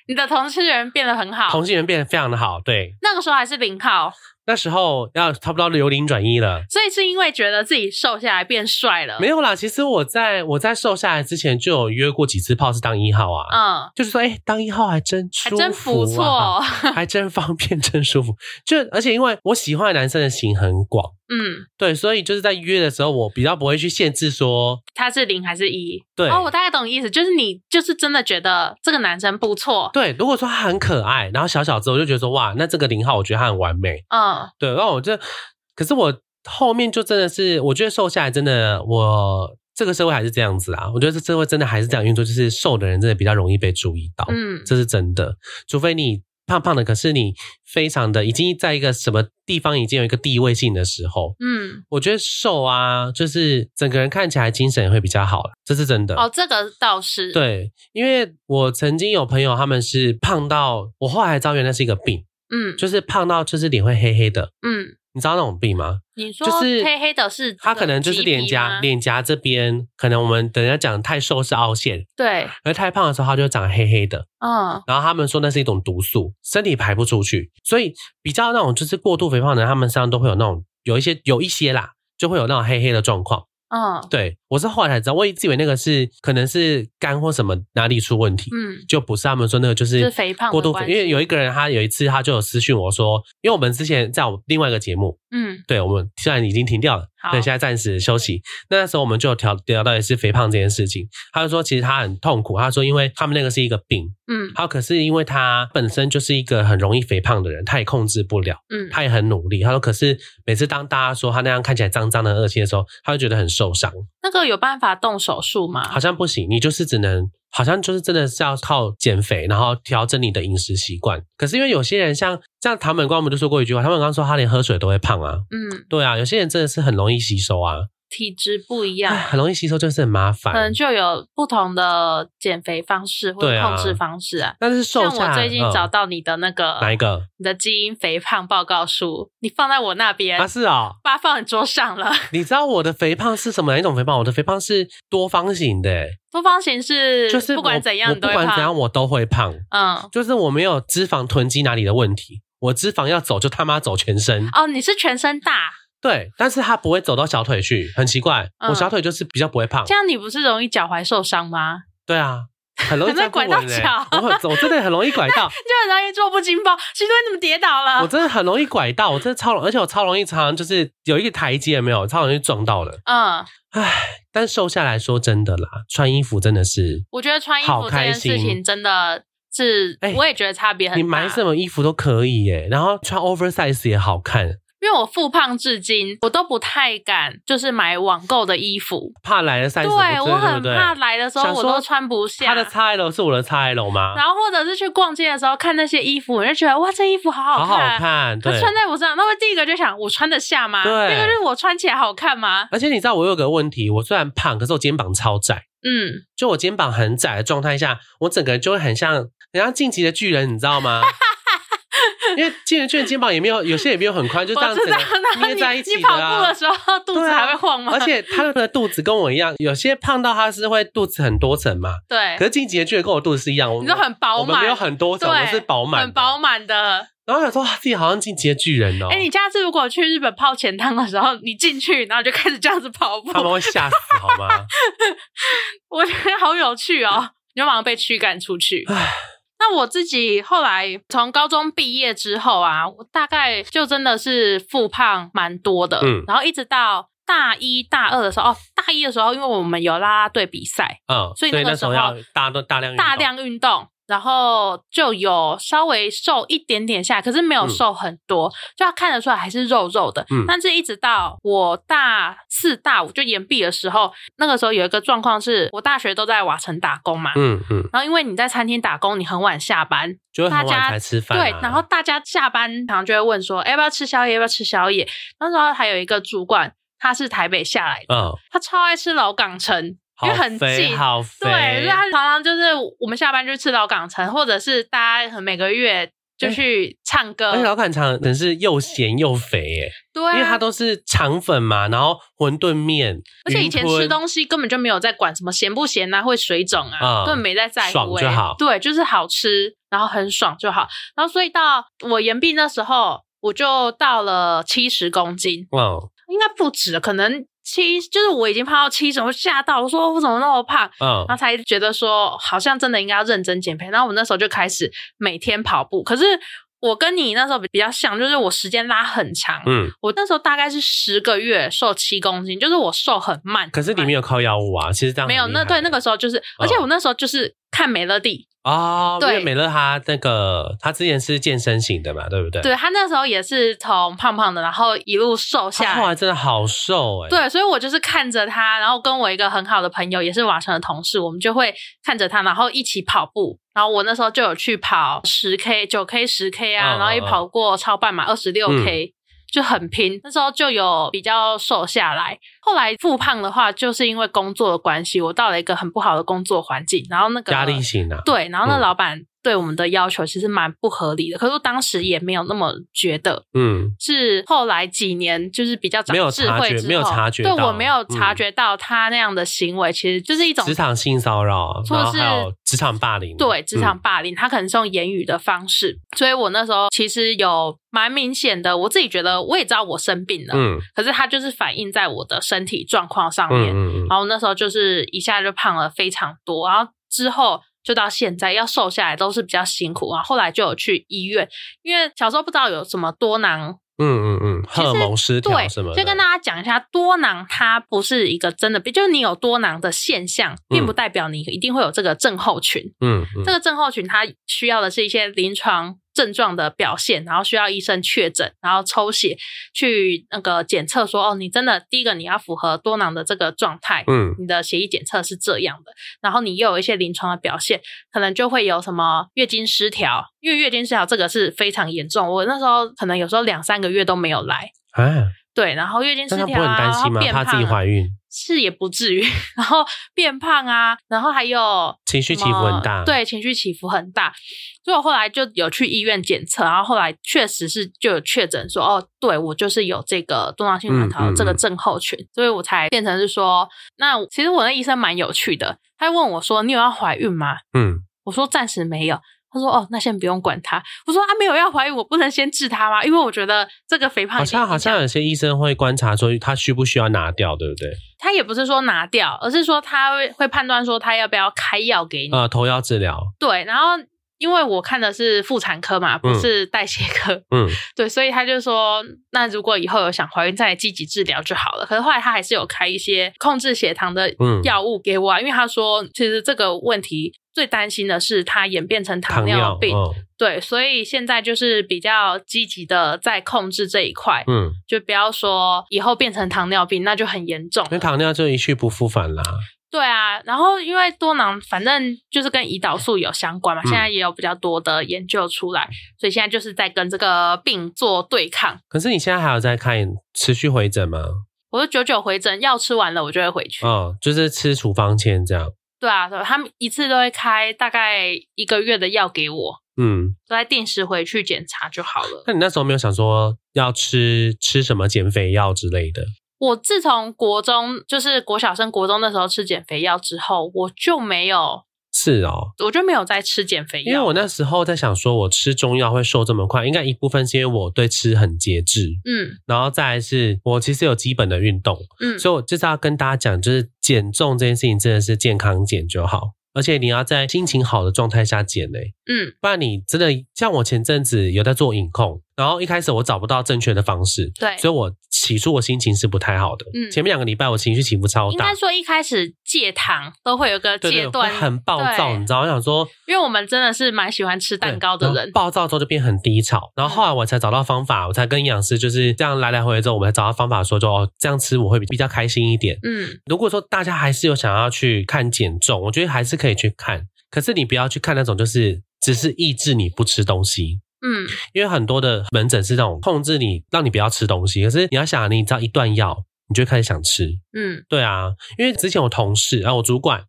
[SPEAKER 1] 你的同事人变得很好
[SPEAKER 2] 同。性缘变得非常的好。对，
[SPEAKER 1] 那个时候还是零号，
[SPEAKER 2] 那时候要差不多由零转一了。
[SPEAKER 1] 所以是因为觉得自己瘦下来变帅了。
[SPEAKER 2] 没有啦，其实我在我在瘦下来之前就有约过几次炮是当一号啊，
[SPEAKER 1] 嗯，
[SPEAKER 2] 就是说，哎、当一号还真
[SPEAKER 1] 还
[SPEAKER 2] 舒服、啊，
[SPEAKER 1] 真不错。
[SPEAKER 2] 还真方便，真舒服。就而且因为我喜欢的男生的型很广，
[SPEAKER 1] 嗯，
[SPEAKER 2] 对，所以就是在约的时候，我比较不会去限制说，
[SPEAKER 1] 他是零还是一？
[SPEAKER 2] 对，
[SPEAKER 1] 哦，我大概懂你意思，就是你就是真的觉得这个男生不错。
[SPEAKER 2] 对，如果说他很可爱，然后小小子，我就觉得说，哇，那这个零号，我觉得他很完美。
[SPEAKER 1] 嗯，
[SPEAKER 2] 对，然后我就，可是我后面就真的是，我觉得瘦下来真的，我这个社会还是这样子啊。我觉得这社会真的还是这样运作，就是瘦的人真的比较容易被注意到，
[SPEAKER 1] 嗯
[SPEAKER 2] 这是真的。除非你胖胖的，可是你非常的已经在一个什么地方已经有一个地位性的时候，
[SPEAKER 1] 嗯，
[SPEAKER 2] 我觉得瘦啊，就是整个人看起来精神也会比较好，这是真的。
[SPEAKER 1] 哦，这个倒是。
[SPEAKER 2] 对，因为我曾经有朋友，他们是胖到我后来才知道原来是一个病，
[SPEAKER 1] 嗯
[SPEAKER 2] 就是胖到就是脸会黑黑的，
[SPEAKER 1] 嗯，
[SPEAKER 2] 你知道那种病吗？
[SPEAKER 1] 你说
[SPEAKER 2] 就是
[SPEAKER 1] 黑黑的是
[SPEAKER 2] 他可能就是
[SPEAKER 1] 这个
[SPEAKER 2] 脸
[SPEAKER 1] 棘皮
[SPEAKER 2] 颊
[SPEAKER 1] 吗
[SPEAKER 2] 脸颊这边，可能我们等一下讲太瘦是凹陷，
[SPEAKER 1] 对，
[SPEAKER 2] 而太胖的时候它就长黑黑的。
[SPEAKER 1] 嗯
[SPEAKER 2] 然后他们说那是一种毒素，身体排不出去，所以比较那种就是过度肥胖的人，他们身上都会有那种有一些有一些啦，就会有那种黑黑的状况。
[SPEAKER 1] 嗯
[SPEAKER 2] 对我是后来才知道，我一直以为那个是可能是肝或什么哪里出问题，
[SPEAKER 1] 嗯，
[SPEAKER 2] 就不是他们说那个就是
[SPEAKER 1] 是肥胖的
[SPEAKER 2] 过度
[SPEAKER 1] 关
[SPEAKER 2] 肥，
[SPEAKER 1] 系
[SPEAKER 2] 因为有一个人他有一次他就有私讯我说，因为我们之前在我们另外一个节目，
[SPEAKER 1] 嗯
[SPEAKER 2] 对我们虽然已经停掉了
[SPEAKER 1] 好，
[SPEAKER 2] 对，现在暂时休息。那那时候我们就有聊聊到也是肥胖这件事情，他就说其实他很痛苦，他说因为他们那个是一个病，
[SPEAKER 1] 嗯
[SPEAKER 2] 他可是因为他本身就是一个很容易肥胖的人，他也控制不了，
[SPEAKER 1] 嗯，
[SPEAKER 2] 他也很努力。他说可是每次当大家说他那样看起来脏脏的恶心的时候，他就觉得很受伤，
[SPEAKER 1] 那个有办法动手术吗
[SPEAKER 2] 好？像不行，你就是只能。好像就是真的是要靠减肥，然后调整你的饮食习惯。可是因为有些人像像唐本光，我们就说过一句话，唐本光说他连喝水都会胖啊，
[SPEAKER 1] 嗯，
[SPEAKER 2] 对啊，有些人真的是很容易吸收啊，
[SPEAKER 1] 体质不一样，
[SPEAKER 2] 哎，很容易吸收就是很麻
[SPEAKER 1] 可能
[SPEAKER 2] 烦。
[SPEAKER 1] 就有不同的减肥方式或
[SPEAKER 2] 对
[SPEAKER 1] 者
[SPEAKER 2] 啊
[SPEAKER 1] 控制方式啊。
[SPEAKER 2] 但是瘦
[SPEAKER 1] 像
[SPEAKER 2] 下来，
[SPEAKER 1] 我最近
[SPEAKER 2] 嗯
[SPEAKER 1] 找到你的那个、
[SPEAKER 2] 哪一个
[SPEAKER 1] 你的基因肥胖报告书，你放在我那边，
[SPEAKER 2] 啊？是哦，
[SPEAKER 1] 把它放在桌上了。
[SPEAKER 2] 你知道我的肥胖是什么哪一种肥胖？我的肥胖是多方形的、欸
[SPEAKER 1] 多方形是
[SPEAKER 2] 就是
[SPEAKER 1] 不管
[SPEAKER 2] 我
[SPEAKER 1] 怎
[SPEAKER 2] 我
[SPEAKER 1] 样你
[SPEAKER 2] 不
[SPEAKER 1] 都会
[SPEAKER 2] 管怎
[SPEAKER 1] 胖，
[SPEAKER 2] 样我都会胖，
[SPEAKER 1] 嗯
[SPEAKER 2] 就是我没有脂肪囤积哪里的问题，我脂肪要走就他妈走全身。
[SPEAKER 1] 哦，你是全身大，
[SPEAKER 2] 对，但是它不会走到小腿去，很奇怪。
[SPEAKER 1] 嗯
[SPEAKER 2] 我小腿就是比较不会胖
[SPEAKER 1] 这。样你不是容易脚踝受伤吗？
[SPEAKER 2] 对啊，很容易站不稳
[SPEAKER 1] 很容易
[SPEAKER 2] 欸
[SPEAKER 1] 拐到脚
[SPEAKER 2] 我很我真的很容易拐 到，
[SPEAKER 1] 就很容易坐不紧绷，是因为你怎么跌倒了？
[SPEAKER 2] 我真的很容易拐到，我真的超容，而且我超容易常常就是有一个台阶没有，超容易撞到了。
[SPEAKER 1] 嗯，
[SPEAKER 2] 唉，但瘦下来说真的啦，穿衣服真的是，
[SPEAKER 1] 我觉得穿衣
[SPEAKER 2] 好
[SPEAKER 1] 服这
[SPEAKER 2] 开
[SPEAKER 1] 件
[SPEAKER 2] 心
[SPEAKER 1] 事情真的是，
[SPEAKER 2] 哎
[SPEAKER 1] 我也觉得差别很大。
[SPEAKER 2] 你买什么衣服都可以耶、然后穿 oversize 也好看，
[SPEAKER 1] 因为我复胖至今，我都不太敢就是买网购的衣服。
[SPEAKER 2] 怕来了 size
[SPEAKER 1] 对
[SPEAKER 2] 不对
[SPEAKER 1] 我很
[SPEAKER 2] 对不
[SPEAKER 1] 怕
[SPEAKER 2] 对
[SPEAKER 1] 来的时候
[SPEAKER 2] 想
[SPEAKER 1] 我
[SPEAKER 2] 说
[SPEAKER 1] 都穿不下。
[SPEAKER 2] 他的 XL 是我的 XL 吗？
[SPEAKER 1] 然后或者是去逛街的时候看那些衣服，我就觉得哇，这衣服好
[SPEAKER 2] 好好
[SPEAKER 1] 看。
[SPEAKER 2] 看，
[SPEAKER 1] 它
[SPEAKER 2] 对。
[SPEAKER 1] 穿在我身上，那我第一个就想，我穿得下吗？
[SPEAKER 2] 对
[SPEAKER 1] 第二个就是我穿起来好看吗？
[SPEAKER 2] 而且你知道我有个问题，我虽然胖，可是我肩膀超窄，
[SPEAKER 1] 嗯，
[SPEAKER 2] 就我肩膀很窄的状态下，我整个人就会很像人家晋级的巨人，你知 道吗？因为进击的巨人肩膀也没有，有些也没有很宽，就这
[SPEAKER 1] 我
[SPEAKER 2] 样子
[SPEAKER 1] 知道。那
[SPEAKER 2] 捏在一
[SPEAKER 1] 你
[SPEAKER 2] 起
[SPEAKER 1] 你
[SPEAKER 2] 的
[SPEAKER 1] 跑步
[SPEAKER 2] 啊
[SPEAKER 1] 的。时候肚子
[SPEAKER 2] 对啊
[SPEAKER 1] 还会晃吗？
[SPEAKER 2] 而且他的肚子跟我一样，有些胖到他是会肚子很多层嘛。
[SPEAKER 1] 对
[SPEAKER 2] 可，是进击的巨人跟我肚子是一样，我
[SPEAKER 1] 你都很饱
[SPEAKER 2] 我们没有
[SPEAKER 1] 满，
[SPEAKER 2] 很多层，
[SPEAKER 1] 对
[SPEAKER 2] 我是饱满，
[SPEAKER 1] 很。饱满的。
[SPEAKER 2] 然后想说哇自己好像进击的巨人哦，
[SPEAKER 1] 哎、你下次如果去日本泡浅汤的时候，你进去然后就开始这样子跑步，
[SPEAKER 2] 他们会吓死好吗？
[SPEAKER 1] 我觉得好有趣
[SPEAKER 2] 哎
[SPEAKER 1] 哦，你就马上被驱赶出去
[SPEAKER 2] 唉。
[SPEAKER 1] 那我自己后来从高中毕业之后啊，我大概就真的是复胖蛮多的，
[SPEAKER 2] 嗯
[SPEAKER 1] 然后一直到大一大二的时候，哦，大一的时候，因为我们有啦啦队比赛，
[SPEAKER 2] 嗯，
[SPEAKER 1] 所以那个
[SPEAKER 2] 那时候
[SPEAKER 1] 时候
[SPEAKER 2] 要大都大量运动
[SPEAKER 1] 大量运动，然后就有稍微瘦一点点下来，可是没有
[SPEAKER 2] 嗯
[SPEAKER 1] 瘦很多，就要看得出来还是肉肉的。
[SPEAKER 2] 嗯
[SPEAKER 1] 但是一直到我大四大五就延毕的时候，那个时候有一个状况是我大学都在瓦城打工嘛，
[SPEAKER 2] 嗯嗯，
[SPEAKER 1] 然后因为你在餐厅打工，你很晚下班，
[SPEAKER 2] 就会很
[SPEAKER 1] 大家
[SPEAKER 2] 晚才吃饭、啊，
[SPEAKER 1] 对，然后大家下班常常就会问说，哎要不要吃宵夜？要不要吃宵夜？那时候还有一个主管，他是台北下来的，
[SPEAKER 2] 嗯，
[SPEAKER 1] 他超爱吃老港城，因
[SPEAKER 2] 好
[SPEAKER 1] 为很
[SPEAKER 2] 肥
[SPEAKER 1] 近。
[SPEAKER 2] 好肥，
[SPEAKER 1] 对，所以他常常就是我们下班就吃老港城，或者是大家每个月就去唱歌，
[SPEAKER 2] 而且哎老坎肠真是又咸又肥耶，
[SPEAKER 1] 对、啊，
[SPEAKER 2] 因为它都是肠粉嘛，然后馄饨面，
[SPEAKER 1] 而且以前吃
[SPEAKER 2] 云吞
[SPEAKER 1] 东西根本就没有在管什么咸不咸啊，会水肿啊，
[SPEAKER 2] 嗯
[SPEAKER 1] 根本没在在乎、欸，
[SPEAKER 2] 爽就好
[SPEAKER 1] 对，就是好吃，然后很爽就好。然后所以到我延毕那时候，我就到了七十公斤，
[SPEAKER 2] 嗯
[SPEAKER 1] 应该不止，可能七，就是我已经胖到七十，我吓到，我说我怎么那么胖？
[SPEAKER 2] 嗯
[SPEAKER 1] 然后才觉得说，好像真的应该要认真减肥。然后我那时候就开始每天跑步，可是我跟你那时候比较像，就是我时间拉很长。
[SPEAKER 2] 嗯，
[SPEAKER 1] 我那时候大概是十个月瘦七公斤，就是我瘦很慢。
[SPEAKER 2] 可是你
[SPEAKER 1] 很
[SPEAKER 2] 没有靠药物啊，其实这
[SPEAKER 1] 慢
[SPEAKER 2] 样
[SPEAKER 1] 没有那对那个时候
[SPEAKER 2] 哦
[SPEAKER 1] 就是，而且我那时候就是看美乐蒂，
[SPEAKER 2] 啊，哦因
[SPEAKER 1] 对
[SPEAKER 2] 为美乐她那个她之前是健身型的嘛，对不对？，
[SPEAKER 1] 对她那时候也是从胖胖的，然后一路瘦
[SPEAKER 2] 她
[SPEAKER 1] 下
[SPEAKER 2] 后
[SPEAKER 1] 来。
[SPEAKER 2] 来真的好瘦哎，，
[SPEAKER 1] 对，所以我就是看着她，然后跟我一个很好的朋友，也是瓦城的同事，我们就会看着她，然后一起跑步。然后我那时候就有去跑十 K、九 K、十 K 啊，
[SPEAKER 2] 嗯
[SPEAKER 1] 然后也
[SPEAKER 2] 嗯
[SPEAKER 1] 跑过超半马二十六 K，、就很拼。那时候就有比较瘦下来。后来复胖的话，就是因为工作的关系，我到了一个很不好的工作环境，然后那个
[SPEAKER 2] 压力型啊，
[SPEAKER 1] 对，然后那
[SPEAKER 2] 嗯
[SPEAKER 1] 老板对我们的要求其实蛮不合理的，可是我当时也没有那么觉得，
[SPEAKER 2] 嗯
[SPEAKER 1] 是后来几年就是比较长
[SPEAKER 2] 没有
[SPEAKER 1] 智
[SPEAKER 2] 察
[SPEAKER 1] 慧
[SPEAKER 2] 觉
[SPEAKER 1] 之后，
[SPEAKER 2] 没有察觉
[SPEAKER 1] 对
[SPEAKER 2] 到
[SPEAKER 1] 我没有察
[SPEAKER 2] 嗯
[SPEAKER 1] 觉到他那样的行为，其实就是一种
[SPEAKER 2] 职场性骚扰，啊
[SPEAKER 1] 或
[SPEAKER 2] 然后
[SPEAKER 1] 是
[SPEAKER 2] 还有职场霸凌，
[SPEAKER 1] 对职场
[SPEAKER 2] 嗯
[SPEAKER 1] 霸凌，他可能是用言语的方式，所以我那时候其实有蛮明显的，我自己觉得我也知道我生病了，
[SPEAKER 2] 嗯
[SPEAKER 1] 可是他就是反映在我的身体状况上
[SPEAKER 2] 嗯
[SPEAKER 1] 面，
[SPEAKER 2] 嗯嗯，
[SPEAKER 1] 然后那时候就是一下就胖了非常多，然后之后就到现在要瘦下来都是比较辛苦啊。然后后来就有去医院，因为小时候不知道有什么多囊，
[SPEAKER 2] 嗯嗯嗯，
[SPEAKER 1] 其实
[SPEAKER 2] 荷尔蒙失
[SPEAKER 1] 对，
[SPEAKER 2] 调什么的，
[SPEAKER 1] 就跟大家讲一下，多囊它不是一个真的病，就是你有多囊的现象，并不代表你一定会有这个症候群。
[SPEAKER 2] 嗯
[SPEAKER 1] 这
[SPEAKER 2] 嗯
[SPEAKER 1] 个症候群它需要的是一些临床症状的表现，然后需要医生确诊，然后抽血去那个检测说，哦，你真的第一个你要符合多囊的这个状态，
[SPEAKER 2] 嗯
[SPEAKER 1] 你的血液检测是这样的，然后你又有一些临床的表现，可能就会有什么月经失调，因为月经失调这个是非常严重，我那时候可能有时候两三个月都没有来，
[SPEAKER 2] 啊，
[SPEAKER 1] 对，然后月经
[SPEAKER 2] 但
[SPEAKER 1] 失
[SPEAKER 2] 她不会
[SPEAKER 1] 调
[SPEAKER 2] 很
[SPEAKER 1] 啊，
[SPEAKER 2] 担
[SPEAKER 1] 然后
[SPEAKER 2] 心吗？
[SPEAKER 1] 变
[SPEAKER 2] 怕自己
[SPEAKER 1] 胖啊
[SPEAKER 2] 怀孕，
[SPEAKER 1] 是也不至于， 然后变胖啊，然后还有
[SPEAKER 2] 情绪起伏很大，
[SPEAKER 1] 什么对，情绪起伏很大。所以我后来就有去医院检测，然后后来确实是就有确诊说，哦，对我就是有这个多囊性卵巢
[SPEAKER 2] 嗯嗯
[SPEAKER 1] 这个
[SPEAKER 2] 嗯
[SPEAKER 1] 症候群，所以我才变成是说，那其实我那医生蛮有趣的，他问我说，你有要怀孕吗？
[SPEAKER 2] 嗯，
[SPEAKER 1] 我说暂时没有。他说哦，那先不用管他。我说啊，没有要怀孕，我不能先治他吗？因为我觉得这个肥胖
[SPEAKER 2] 好像好像有些医生会观察说他需不需要拿掉，对不对？
[SPEAKER 1] 他也不是说拿掉，而是说他会会判断说他要不要开药给你。
[SPEAKER 2] 啊、头药治疗，
[SPEAKER 1] 对，然后因为我看的是妇产科嘛，不
[SPEAKER 2] 嗯
[SPEAKER 1] 是代谢科，
[SPEAKER 2] 嗯，
[SPEAKER 1] 对，所以他就说，那如果以后有想怀孕，再积极治疗就好了。可是后来他还是有开一些控制血糖的
[SPEAKER 2] 嗯
[SPEAKER 1] 药物给我、啊，因为他说，其实这个问题最担心的是它演变成糖
[SPEAKER 2] 糖
[SPEAKER 1] 尿
[SPEAKER 2] 尿
[SPEAKER 1] 病。
[SPEAKER 2] 哦
[SPEAKER 1] 对，所以现在就是比较积极的在控制这一块，
[SPEAKER 2] 嗯，
[SPEAKER 1] 就不要说以后变成糖尿病，那就很严重
[SPEAKER 2] 因为。糖尿就一去不复返啦。
[SPEAKER 1] 对啊，然后因为多囊反正就是跟胰岛素有相关嘛，
[SPEAKER 2] 嗯
[SPEAKER 1] 现在也有比较多的研究出来，所以现在就是在跟这个病做对抗。
[SPEAKER 2] 可是你现在还有在看持续回诊吗？
[SPEAKER 1] 我就久久回诊，药吃完了我就会回去。
[SPEAKER 2] 哦，就是吃处方签这样。
[SPEAKER 1] 对啊，对啊他们一次都会开大概一个月的药给我，
[SPEAKER 2] 嗯，
[SPEAKER 1] 都在定时回去检查就好了。
[SPEAKER 2] 那你那时候没有想说要吃吃什么减肥药之类的？
[SPEAKER 1] 我自从国中就是国小升国中那时候吃减肥药之后，我就没有，
[SPEAKER 2] 是哦，
[SPEAKER 1] 我就没有再吃减肥药。
[SPEAKER 2] 因为我那时候在想说，我吃中药会瘦这么快，应该一部分是因为我对吃很节制，
[SPEAKER 1] 嗯
[SPEAKER 2] 然后再来是我其实有基本的运动，
[SPEAKER 1] 嗯
[SPEAKER 2] 所以我就是要跟大家讲，就是减重这件事情真的是健康减就好，而且你要在心情好的状态下减嘞、
[SPEAKER 1] 嗯，
[SPEAKER 2] 不然你真的像我前阵子有在做影控，然后一开始我找不到正确的方式，
[SPEAKER 1] 对。
[SPEAKER 2] 所以我起初我心情是不太好的。
[SPEAKER 1] 嗯
[SPEAKER 2] 前面两个礼拜我情绪起伏超
[SPEAKER 1] 应
[SPEAKER 2] 大
[SPEAKER 1] 该，说一开始戒糖都会有个
[SPEAKER 2] 对
[SPEAKER 1] 阶
[SPEAKER 2] 对，
[SPEAKER 1] 段
[SPEAKER 2] 会，很暴躁，
[SPEAKER 1] 对
[SPEAKER 2] 你知道？我想说
[SPEAKER 1] 因为我们真的是蛮喜欢吃蛋糕的
[SPEAKER 2] 对然
[SPEAKER 1] 人嗯
[SPEAKER 2] 后。暴躁之后就变很低潮。然后后来我才找到方法，我才跟营养师就是这样来来回回之后，我们才找到方法说，就哦这样吃我会比比较开心一点。
[SPEAKER 1] 嗯，
[SPEAKER 2] 如果说大家还是有想要去看减重，我觉得还是可以去看，可是你不要去看那种就是只是抑制你不吃东西。
[SPEAKER 1] 嗯，
[SPEAKER 2] 因为很多的门诊是那种控制你，让你不要吃东西。可是你要想，你只要一断药，你就会开始想吃。
[SPEAKER 1] 嗯，
[SPEAKER 2] 对啊，因为之前我同事啊，我主管，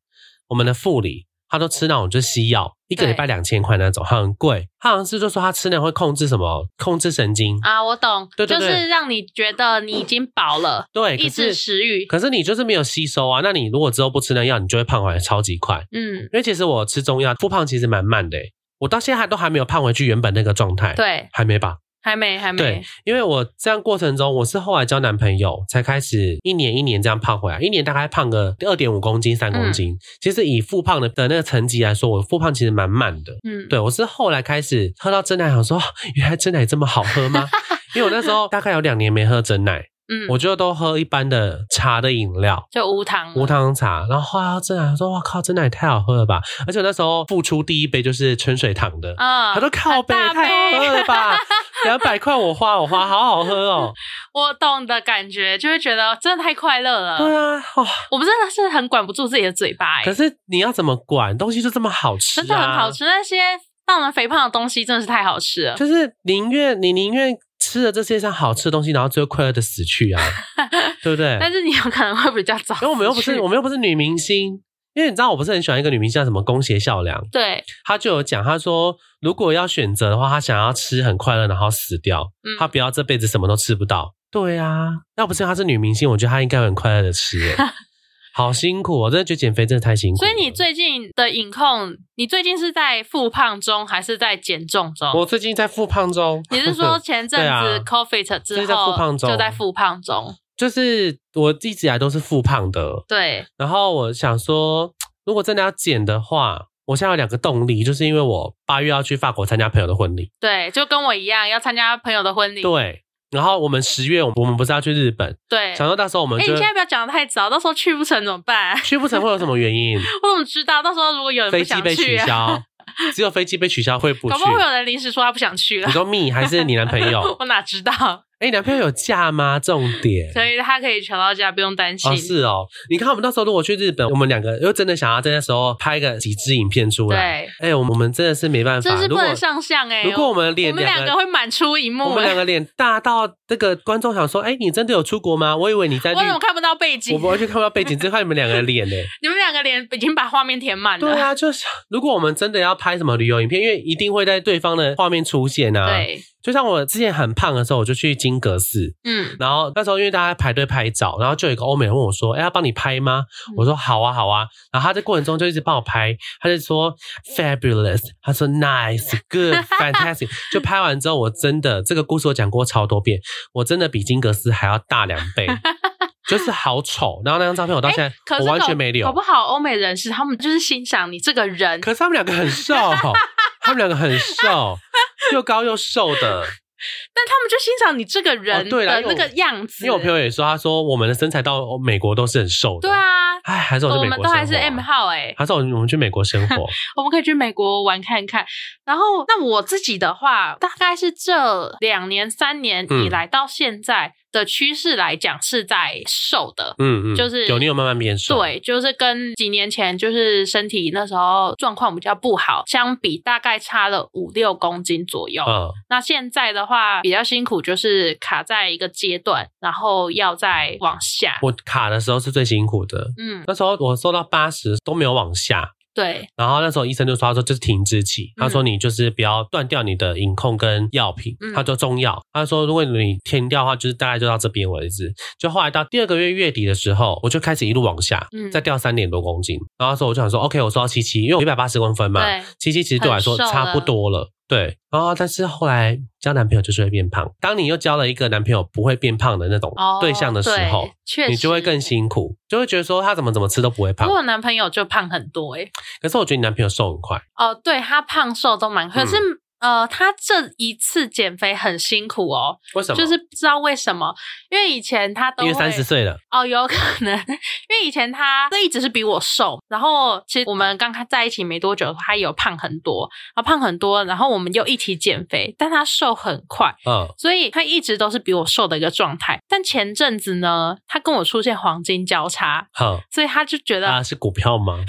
[SPEAKER 2] 我们的副理，他都吃那种就是西药，一个
[SPEAKER 1] 对
[SPEAKER 2] 礼拜两千块那种，很贵。他好像是就说他吃那种会控制什么，控制神经。
[SPEAKER 1] 啊，我懂，
[SPEAKER 2] 对对
[SPEAKER 1] 就
[SPEAKER 2] 对
[SPEAKER 1] 是让你觉得你已经饱了，
[SPEAKER 2] 对，
[SPEAKER 1] 抑
[SPEAKER 2] 可
[SPEAKER 1] 制
[SPEAKER 2] 是
[SPEAKER 1] 食欲。
[SPEAKER 2] 可是你就是没有吸收啊。那你如果之后不吃那药，你就会胖回来超级快。
[SPEAKER 1] 嗯，
[SPEAKER 2] 因为其实我吃中药复胖其实蛮慢的欸、我到现在还都还没有胖回去原本那个状态。，
[SPEAKER 1] 对，
[SPEAKER 2] 还没吧？
[SPEAKER 1] 还没，还没
[SPEAKER 2] 对，，因为我这样过程中，我是后来交男朋友才开始一年一年这样胖回来，一年大概胖个二点五公斤、三
[SPEAKER 1] 嗯
[SPEAKER 2] 公斤。其实以复胖的的那个层级来说，我复胖其实蛮慢的。
[SPEAKER 1] 嗯，
[SPEAKER 2] 对我是后来开始喝到真奶，想说哦原来真奶这么好喝吗？因为我那时候大概有两年没喝真奶，
[SPEAKER 1] 嗯，
[SPEAKER 2] 我就都喝一般的茶的饮料。
[SPEAKER 1] 就无糖，
[SPEAKER 2] 无，糖茶，然后后来喝真奶，我说哇靠，真奶也太好喝了吧！而且我那时候付出第一杯就是春水堂的，
[SPEAKER 1] 啊，
[SPEAKER 2] 他说靠背
[SPEAKER 1] 很大
[SPEAKER 2] 太好喝了吧，两百块我花我花，好好喝哦。
[SPEAKER 1] 我懂的感觉，就会觉得真的太快乐了。
[SPEAKER 2] 对啊，哦，
[SPEAKER 1] 我们真的是很管不住自己的嘴巴、
[SPEAKER 2] 可
[SPEAKER 1] 欸，
[SPEAKER 2] 是你要怎么管？东西就这么好吃、啊，
[SPEAKER 1] 真的很好。吃。那些让人肥胖的东西真的是太好吃了。
[SPEAKER 2] 就是宁愿你宁愿吃了这世界上好吃的东西，然后最后快乐的死去 啊，对不对？
[SPEAKER 1] 但是你有可能会比较早死去，
[SPEAKER 2] 因为我们又不是我们又不是女明星。因为你知道，我不是很喜欢一个女明星叫什么宫胁孝良，
[SPEAKER 1] 对，
[SPEAKER 2] 她就有讲，她说如果要选择的话，她想要吃很快乐，然后死掉，
[SPEAKER 1] 嗯，
[SPEAKER 2] 她不要这辈子什么都吃不到。对啊，要不是她是女明星，我觉得她应该会很快乐的吃 耶。好辛苦、哦，我真的觉得减肥真的太辛苦
[SPEAKER 1] 所
[SPEAKER 2] 了。
[SPEAKER 1] 以你最近的饮控，你最近是在复胖中还是在减重中？
[SPEAKER 2] 我最近在复胖中，
[SPEAKER 1] 你是说前阵
[SPEAKER 2] 对啊
[SPEAKER 1] 子 COVID 之
[SPEAKER 2] 就是在
[SPEAKER 1] 后
[SPEAKER 2] 复胖中
[SPEAKER 1] 就在复胖中？
[SPEAKER 2] 就是我一直以来都是复胖的，
[SPEAKER 1] 对，
[SPEAKER 2] 然后我想说，如果真的要减的话，我现在有两个动力，就是因为我八月要去法国参加朋友的婚礼，
[SPEAKER 1] 对，就跟我一样要参加朋友的婚礼。
[SPEAKER 2] 对。然后我们十月，我们不是要去日本？
[SPEAKER 1] 对，
[SPEAKER 2] 想
[SPEAKER 1] 哎、
[SPEAKER 2] 说到时候我们
[SPEAKER 1] 你
[SPEAKER 2] 就
[SPEAKER 1] 现在不要讲的太早，到时候去不成怎么办？
[SPEAKER 2] 去不成会有什么原因？
[SPEAKER 1] 我怎么知道？到时候如果有人不
[SPEAKER 2] 飞机
[SPEAKER 1] 想
[SPEAKER 2] 被
[SPEAKER 1] 去、
[SPEAKER 2] 取
[SPEAKER 1] 啊，
[SPEAKER 2] 消，只有飞机被取消会不去
[SPEAKER 1] 搞。不好会有人临时说他不想去了
[SPEAKER 2] 你。说蜜还是你男朋 友？
[SPEAKER 1] 我哪知道？
[SPEAKER 2] 哎，你男朋友有假吗？重点
[SPEAKER 1] 所以他可以调到家，不用担心。
[SPEAKER 2] 哦，是哦。你看我们到时候如果去日本，我们两个又真的想要在那时候拍个几支影片出来，
[SPEAKER 1] 对，
[SPEAKER 2] 哎、我们我们真的是没办法。
[SPEAKER 1] 真是
[SPEAKER 2] 如
[SPEAKER 1] 不
[SPEAKER 2] 果
[SPEAKER 1] 能上相哎、
[SPEAKER 2] 如果我们
[SPEAKER 1] 我
[SPEAKER 2] 脸
[SPEAKER 1] 们两
[SPEAKER 2] 两
[SPEAKER 1] 个
[SPEAKER 2] 个，
[SPEAKER 1] 会满出一
[SPEAKER 2] 我
[SPEAKER 1] 幕、
[SPEAKER 2] 们
[SPEAKER 1] 欸，
[SPEAKER 2] 两个脸大到那个观众想说，哎、你真的有出国吗？我以为你在
[SPEAKER 1] 我
[SPEAKER 2] 日
[SPEAKER 1] 怎，么看不到背景啊
[SPEAKER 2] 我？完全看不到背景，只看你们两个的 脸呢。
[SPEAKER 1] 你们两个脸已经把画面填满了。
[SPEAKER 2] 对啊，就是如果我们真的要拍什么旅游影片，因为一定会在对方的画面出现啊，
[SPEAKER 1] 对
[SPEAKER 2] 就像我之前很胖的时候，我就去金阁寺，
[SPEAKER 1] 嗯，
[SPEAKER 2] 然后那时候因为大家排队拍照，然后就有一个欧美人问我说：“哎、要帮你拍吗？”我
[SPEAKER 1] 嗯
[SPEAKER 2] 说：“好啊，好啊。”然后他在过程中就一直帮我拍，他就说 “fabulous”，他说 “nice”，“good”，“fantastic”。就拍完之后，我真的这个故事我讲过超多遍，我真的比金格斯还要大两 倍，就是好丑。然后那张照片我到现在、
[SPEAKER 1] 哎可是
[SPEAKER 2] 我完
[SPEAKER 1] 搞
[SPEAKER 2] 全没留
[SPEAKER 1] 搞不，好欧美人士他们就是欣赏你这个人，
[SPEAKER 2] 可是他们两个很瘦，他们两个很瘦，又高又瘦的。
[SPEAKER 1] 但他们就欣赏你这个人
[SPEAKER 2] 哦对啦
[SPEAKER 1] 的
[SPEAKER 2] 因为
[SPEAKER 1] 那
[SPEAKER 2] 我
[SPEAKER 1] 个样子。
[SPEAKER 2] 因为我朋友也说，他说我们的身材到美国都是很瘦的。
[SPEAKER 1] 对，啊，
[SPEAKER 2] 哎，还是我
[SPEAKER 1] 我
[SPEAKER 2] 去美
[SPEAKER 1] 们
[SPEAKER 2] 国生活、啊
[SPEAKER 1] 都还是 M 号哎、
[SPEAKER 2] 还是我们去美国生活。
[SPEAKER 1] 我们可以去美国玩看看。然后，那我自己的话，大概是这两年、三年
[SPEAKER 2] 嗯
[SPEAKER 1] 以来到现在的趋势来讲，是在瘦的。
[SPEAKER 2] 嗯嗯，
[SPEAKER 1] 就是
[SPEAKER 2] 有你有慢慢变瘦。，
[SPEAKER 1] 对，就是跟几年前就是身体那时候状况比较不好相比，大概差了五六公斤左右。
[SPEAKER 2] 嗯，
[SPEAKER 1] 那现在的话比较辛苦，就是卡在一个阶段，然后要再往下。
[SPEAKER 2] 我卡的时候是最辛苦的。
[SPEAKER 1] 嗯，
[SPEAKER 2] 那时候我瘦到八十都没有往下，
[SPEAKER 1] 对，
[SPEAKER 2] 然后那时候医生就说，他说这是停滞期，他说你就是不要断掉你的饮控跟药品，
[SPEAKER 1] 嗯
[SPEAKER 2] 他说中药，他说如果你停掉的话，就是大概就到这边为止。就后来到第二个月月底的时候，我就开始一路往下，
[SPEAKER 1] 嗯
[SPEAKER 2] 再掉三点多公斤，然后那时候我就想说，OK，我瘦到七七，因为我一百八十公分嘛，
[SPEAKER 1] 对，
[SPEAKER 2] 七七其实对我来说
[SPEAKER 1] 很瘦了
[SPEAKER 2] 差不多了。对，然后但是后来交男朋友就是会变胖。当你又交了一个男朋友不会变胖的那种
[SPEAKER 1] 哦，
[SPEAKER 2] 对象的时
[SPEAKER 1] 对
[SPEAKER 2] 候，，
[SPEAKER 1] 确实
[SPEAKER 2] 你就会更。辛苦，就会觉得说他怎么怎么吃都不会
[SPEAKER 1] 不
[SPEAKER 2] 胖
[SPEAKER 1] 过。我男朋友就胖很多诶、
[SPEAKER 2] 可是我觉得你男朋友瘦很快，
[SPEAKER 1] 哦，对他胖瘦都蛮，可是、
[SPEAKER 2] 嗯
[SPEAKER 1] 呃，他这一次减肥很辛苦哦，
[SPEAKER 2] 为什么？
[SPEAKER 1] 就是不知道为什么，因为以前他都
[SPEAKER 2] 因
[SPEAKER 1] 会
[SPEAKER 2] 为三十岁了，
[SPEAKER 1] 哦，有可能，因为以前他一直是比我瘦，然后其实我们刚在一起没多久，他有胖很多，啊胖很多，然后我们又一起减肥，但他瘦很快，
[SPEAKER 2] 嗯，
[SPEAKER 1] 所以他一直都是比我瘦的一个状态。但前阵子呢，他跟我出现黄金交叉，
[SPEAKER 2] 哼，
[SPEAKER 1] 所以他就觉得，
[SPEAKER 2] 啊，是股票吗？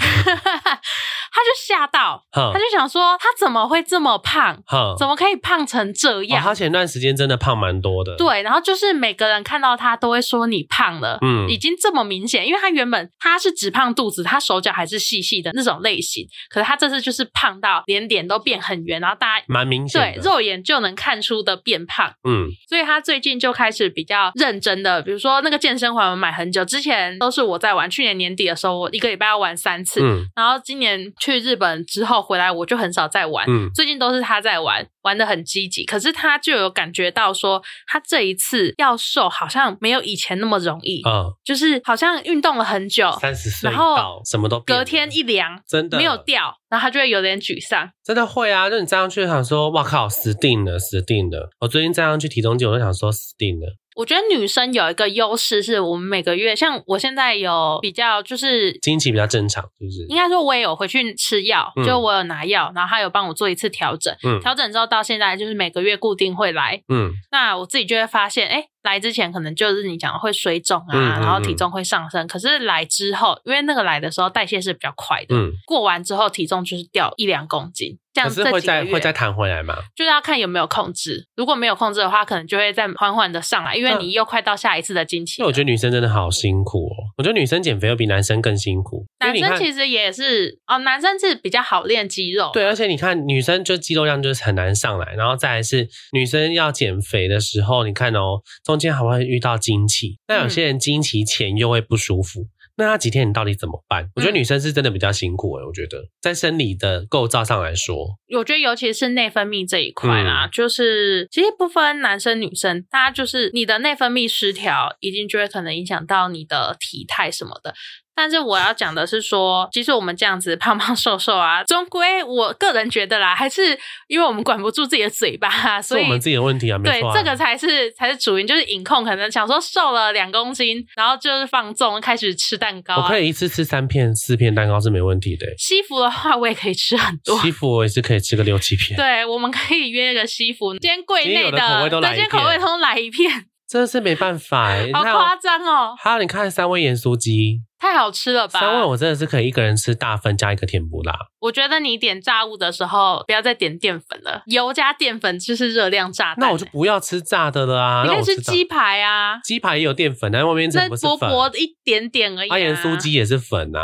[SPEAKER 1] 他就吓到，
[SPEAKER 2] 哼
[SPEAKER 1] 他就想说他怎么会这么胖，
[SPEAKER 2] 哼，
[SPEAKER 1] 怎么可以胖成这
[SPEAKER 2] 哦
[SPEAKER 1] 样？
[SPEAKER 2] 他前段时间真的胖蛮多的，，
[SPEAKER 1] 对，然后就是每个人看到他都会说你胖了，
[SPEAKER 2] 嗯
[SPEAKER 1] 已经这么明显，因为他原本他是只胖肚子，他手脚还是细细的那种类型，可是他这次就是胖到连脸都变很圆，然后大家
[SPEAKER 2] 蛮明显
[SPEAKER 1] 对
[SPEAKER 2] 的，
[SPEAKER 1] 肉眼就能看出的变胖，
[SPEAKER 2] 嗯，
[SPEAKER 1] 所以他最近就开始比较认真的，比如说那个健身环我买很久，之前都是我在玩，去年年底的时候我一个礼拜要玩三次，
[SPEAKER 2] 嗯
[SPEAKER 1] 然后今年去日本之后回来，我就很少再玩。
[SPEAKER 2] 嗯
[SPEAKER 1] 最近都是他在玩，玩的很积极。可是他就有感觉到说，他这一次要瘦好像没有以前那么容易，
[SPEAKER 2] 嗯，
[SPEAKER 1] 就是好像运动了很久，
[SPEAKER 2] 三十岁
[SPEAKER 1] 然后
[SPEAKER 2] 到什么都变了
[SPEAKER 1] 隔天一量
[SPEAKER 2] 真的
[SPEAKER 1] 没有掉，然后他就会有点沮丧。
[SPEAKER 2] 真的会啊！就你站上去想说，哇靠，死定了，死定了！我最近站上去体重计，我就想说死定了，
[SPEAKER 1] 我觉得女生有一个优势，是我们每个月，像我现在有比较就是。
[SPEAKER 2] 经期比较正常，是不是
[SPEAKER 1] 应？该说，我也有回去吃药，
[SPEAKER 2] 嗯
[SPEAKER 1] 就我有拿药，然后他有帮我做一次调整，
[SPEAKER 2] 嗯
[SPEAKER 1] 调整之后到现在就是每个月固定会来，
[SPEAKER 2] 嗯
[SPEAKER 1] 那我自己就会发现，哎，来之前可能就是你讲的会水肿啊，
[SPEAKER 2] 嗯嗯
[SPEAKER 1] 然后体重会上升。可是来之后，因为那个来的时候代谢是比较快的，
[SPEAKER 2] 嗯，
[SPEAKER 1] 过完之后体重就是掉一两公斤，这
[SPEAKER 2] 可
[SPEAKER 1] 样
[SPEAKER 2] 是
[SPEAKER 1] 这
[SPEAKER 2] 会
[SPEAKER 1] 几个
[SPEAKER 2] 再
[SPEAKER 1] 月
[SPEAKER 2] 会再弹回来嘛？
[SPEAKER 1] 就是要看有没有控制。如果没有控制的话，可能就会再缓缓的上来，因为
[SPEAKER 2] 嗯
[SPEAKER 1] 你又快到下一次的经期
[SPEAKER 2] 因为
[SPEAKER 1] 了。
[SPEAKER 2] 我觉得女生真的好辛苦哦，我觉得女生减肥又比男生更辛苦，因为
[SPEAKER 1] 男
[SPEAKER 2] 你看
[SPEAKER 1] 生其实也是哦，男生是比较好练肌肉，
[SPEAKER 2] 对，而且你看，女生就肌肉量就是很难上来，然后再来是女生要减肥的时候，你看哦，中间还会遇到经期，
[SPEAKER 1] 嗯
[SPEAKER 2] 那有些人经期前又会不舒服，那那几天你到底怎么办？
[SPEAKER 1] 嗯
[SPEAKER 2] 我觉得女生是真的比较辛苦欸诶、我觉得在生理的构造上来说，
[SPEAKER 1] 我觉得尤其是内分泌这一块啦，
[SPEAKER 2] 嗯
[SPEAKER 1] 就是其实不分男生女生，大家就是你的内分泌失调，一定就会可能影响到你的体态什么的。但是我要讲的是说，其实我们这样子胖胖瘦瘦啊，终归我个人觉得啦，还是因为我们管不住自己的嘴巴、啊，
[SPEAKER 2] 是
[SPEAKER 1] 所
[SPEAKER 2] 我
[SPEAKER 1] 以
[SPEAKER 2] 们自己的问题啊，没
[SPEAKER 1] 对
[SPEAKER 2] 错、啊，
[SPEAKER 1] 这个才是才是主因，就是饮控可能想说瘦了两公斤，然后就是放纵，开始吃蛋糕、
[SPEAKER 2] 我
[SPEAKER 1] 啊
[SPEAKER 2] 可。以一次吃三片、四片蛋糕是没问题的、
[SPEAKER 1] 西服的话，我也可以吃很多。
[SPEAKER 2] 西服我也是可以吃个六七片，
[SPEAKER 1] 对，我们可以约一个西服，今天柜内
[SPEAKER 2] 今天有的口味都来
[SPEAKER 1] 对，
[SPEAKER 2] 一
[SPEAKER 1] 今
[SPEAKER 2] 片
[SPEAKER 1] 天口味通来一片，
[SPEAKER 2] 真的是没办法、欸。你
[SPEAKER 1] 好
[SPEAKER 2] 看
[SPEAKER 1] 夸
[SPEAKER 2] 哦，
[SPEAKER 1] 张哦。
[SPEAKER 2] 还有你看三味盐酥鸡，
[SPEAKER 1] 太好吃了吧？
[SPEAKER 2] 三味我真的是可以一个人吃大份加一个甜不辣，
[SPEAKER 1] 我觉得你点炸物的时候，不要再点淀粉了，油加淀粉就是热量炸弹、欸
[SPEAKER 2] 那我就不要吃炸的了啊！
[SPEAKER 1] 你
[SPEAKER 2] 那
[SPEAKER 1] 可以
[SPEAKER 2] 我
[SPEAKER 1] 吃
[SPEAKER 2] 炸
[SPEAKER 1] 鸡，排啊，
[SPEAKER 2] 鸡排也有淀粉，但外面
[SPEAKER 1] 那
[SPEAKER 2] 怎么是
[SPEAKER 1] 薄
[SPEAKER 2] 粉？
[SPEAKER 1] 薄一点点而已、啊。
[SPEAKER 2] 阿盐酥鸡，也是粉啊。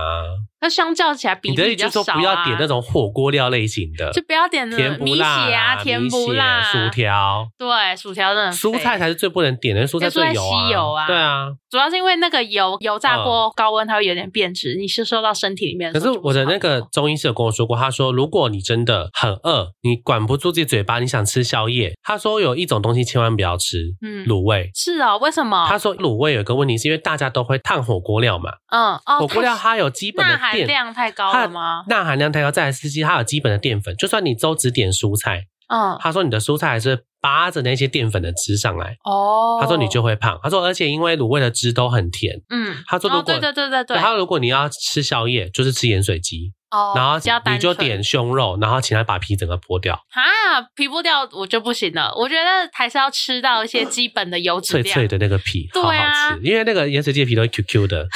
[SPEAKER 1] 那相较起来比
[SPEAKER 2] 你的
[SPEAKER 1] 例
[SPEAKER 2] 意
[SPEAKER 1] 比较
[SPEAKER 2] 思
[SPEAKER 1] 少、
[SPEAKER 2] 说
[SPEAKER 1] 啊、
[SPEAKER 2] 不要点那种火锅料类型的，
[SPEAKER 1] 就不要点那
[SPEAKER 2] 甜
[SPEAKER 1] 种
[SPEAKER 2] 不
[SPEAKER 1] 米血
[SPEAKER 2] 辣
[SPEAKER 1] 啊、
[SPEAKER 2] 米
[SPEAKER 1] 甜
[SPEAKER 2] 血
[SPEAKER 1] 不辣、啊嗯
[SPEAKER 2] 薯，条。
[SPEAKER 1] 对，薯条真的很
[SPEAKER 2] 蔬菜
[SPEAKER 1] 废
[SPEAKER 2] 才是最不能点的，蔬菜
[SPEAKER 1] 跟蔬
[SPEAKER 2] 最
[SPEAKER 1] 菜
[SPEAKER 2] 油
[SPEAKER 1] 吸油啊
[SPEAKER 2] 对啊。
[SPEAKER 1] 主要是因为那个油油炸过高温，它会有点变质，你是受到身体里面
[SPEAKER 2] 嗯可
[SPEAKER 1] 的时
[SPEAKER 2] 是
[SPEAKER 1] 候就不
[SPEAKER 2] 我
[SPEAKER 1] 好
[SPEAKER 2] 的
[SPEAKER 1] 了。
[SPEAKER 2] 那个中医师有跟我说过，他说如果你真的很饿，你管不住自己嘴巴，你想吃宵夜，他说有一种东西千万不要吃，
[SPEAKER 1] 嗯
[SPEAKER 2] 卤味。
[SPEAKER 1] 是哦，为什么？
[SPEAKER 2] 他说卤味有一个问题，是因为大家都会烫火锅料嘛，
[SPEAKER 1] 嗯哦，
[SPEAKER 2] 火锅料
[SPEAKER 1] 太
[SPEAKER 2] 它有基本
[SPEAKER 1] 钠
[SPEAKER 2] 的
[SPEAKER 1] 含
[SPEAKER 2] 淀，
[SPEAKER 1] 量太高
[SPEAKER 2] 它
[SPEAKER 1] 了吗？
[SPEAKER 2] 钠含量太高，再来是其实它有基本的淀粉，就算你都只点蔬菜，
[SPEAKER 1] 嗯
[SPEAKER 2] 他说你的蔬菜还是扒着那些淀粉的汁上来，
[SPEAKER 1] 哦，
[SPEAKER 2] 他说你就会胖，他说而且因为卤味的汁都很甜，
[SPEAKER 1] 嗯，
[SPEAKER 2] 他说如
[SPEAKER 1] 哦对
[SPEAKER 2] 果
[SPEAKER 1] 对对对对，
[SPEAKER 2] 然后如果你要吃宵夜，就是吃盐水鸡，
[SPEAKER 1] 哦，
[SPEAKER 2] 然后
[SPEAKER 1] 比较单
[SPEAKER 2] 你就
[SPEAKER 1] 纯
[SPEAKER 2] 点胸肉，然后请他把皮整个剥掉，
[SPEAKER 1] 啊，皮剥掉我就不行了，我觉得还是要吃到一些基本的油脂
[SPEAKER 2] 脆
[SPEAKER 1] 量。
[SPEAKER 2] 脆的那个皮，
[SPEAKER 1] 对
[SPEAKER 2] 好
[SPEAKER 1] 啊
[SPEAKER 2] 好吃。因为那个盐水鸡的皮都会 Q Q 的。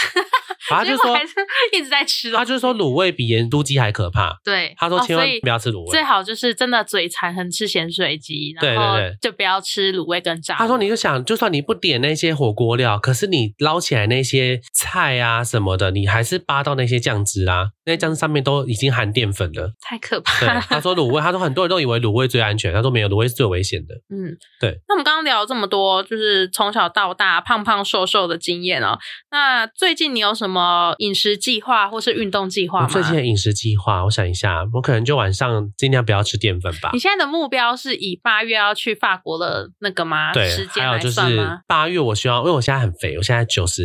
[SPEAKER 2] 然后
[SPEAKER 1] 结
[SPEAKER 2] 他就
[SPEAKER 1] 果
[SPEAKER 2] 说
[SPEAKER 1] 还，是 一直在吃哦。
[SPEAKER 2] 他就说卤味比盐酥鸡还可怕。
[SPEAKER 1] 对，
[SPEAKER 2] 他说
[SPEAKER 1] 哦
[SPEAKER 2] 千万
[SPEAKER 1] 所以
[SPEAKER 2] 不要吃卤
[SPEAKER 1] 最
[SPEAKER 2] 味。
[SPEAKER 1] 好就是真的嘴馋，很吃咸水鸡，
[SPEAKER 2] 对
[SPEAKER 1] 然后
[SPEAKER 2] 对对
[SPEAKER 1] 就不要吃卤味跟炸物。
[SPEAKER 2] 他说：“你就想，就算你不点那些火锅料，可是你捞起来那些菜啊什么的，你还是扒到那些酱汁啦、那些酱汁上面都已经含淀粉了。
[SPEAKER 1] 太可”
[SPEAKER 2] 对
[SPEAKER 1] 怕，了。
[SPEAKER 2] 他说卤味，他说很多人都以为卤味最安全，他说没有，卤味是最危险的。
[SPEAKER 1] 嗯，
[SPEAKER 2] 对。
[SPEAKER 1] 那我们刚刚聊了这么多，就是从小到大胖胖瘦瘦的经验哦。那最近你有什么饮食计划或是运动计划
[SPEAKER 2] 我
[SPEAKER 1] 吗？
[SPEAKER 2] 最近的饮食计划，我想一下，我可能就晚上尽量不要吃淀粉吧
[SPEAKER 1] 你。现在的目标是以八月要去法国的那个吗？
[SPEAKER 2] 对
[SPEAKER 1] 时，
[SPEAKER 2] 还
[SPEAKER 1] 间
[SPEAKER 2] 有
[SPEAKER 1] 来
[SPEAKER 2] 就是
[SPEAKER 1] 算吗？
[SPEAKER 2] 八月，我希望，因为我现在很肥，我现在九十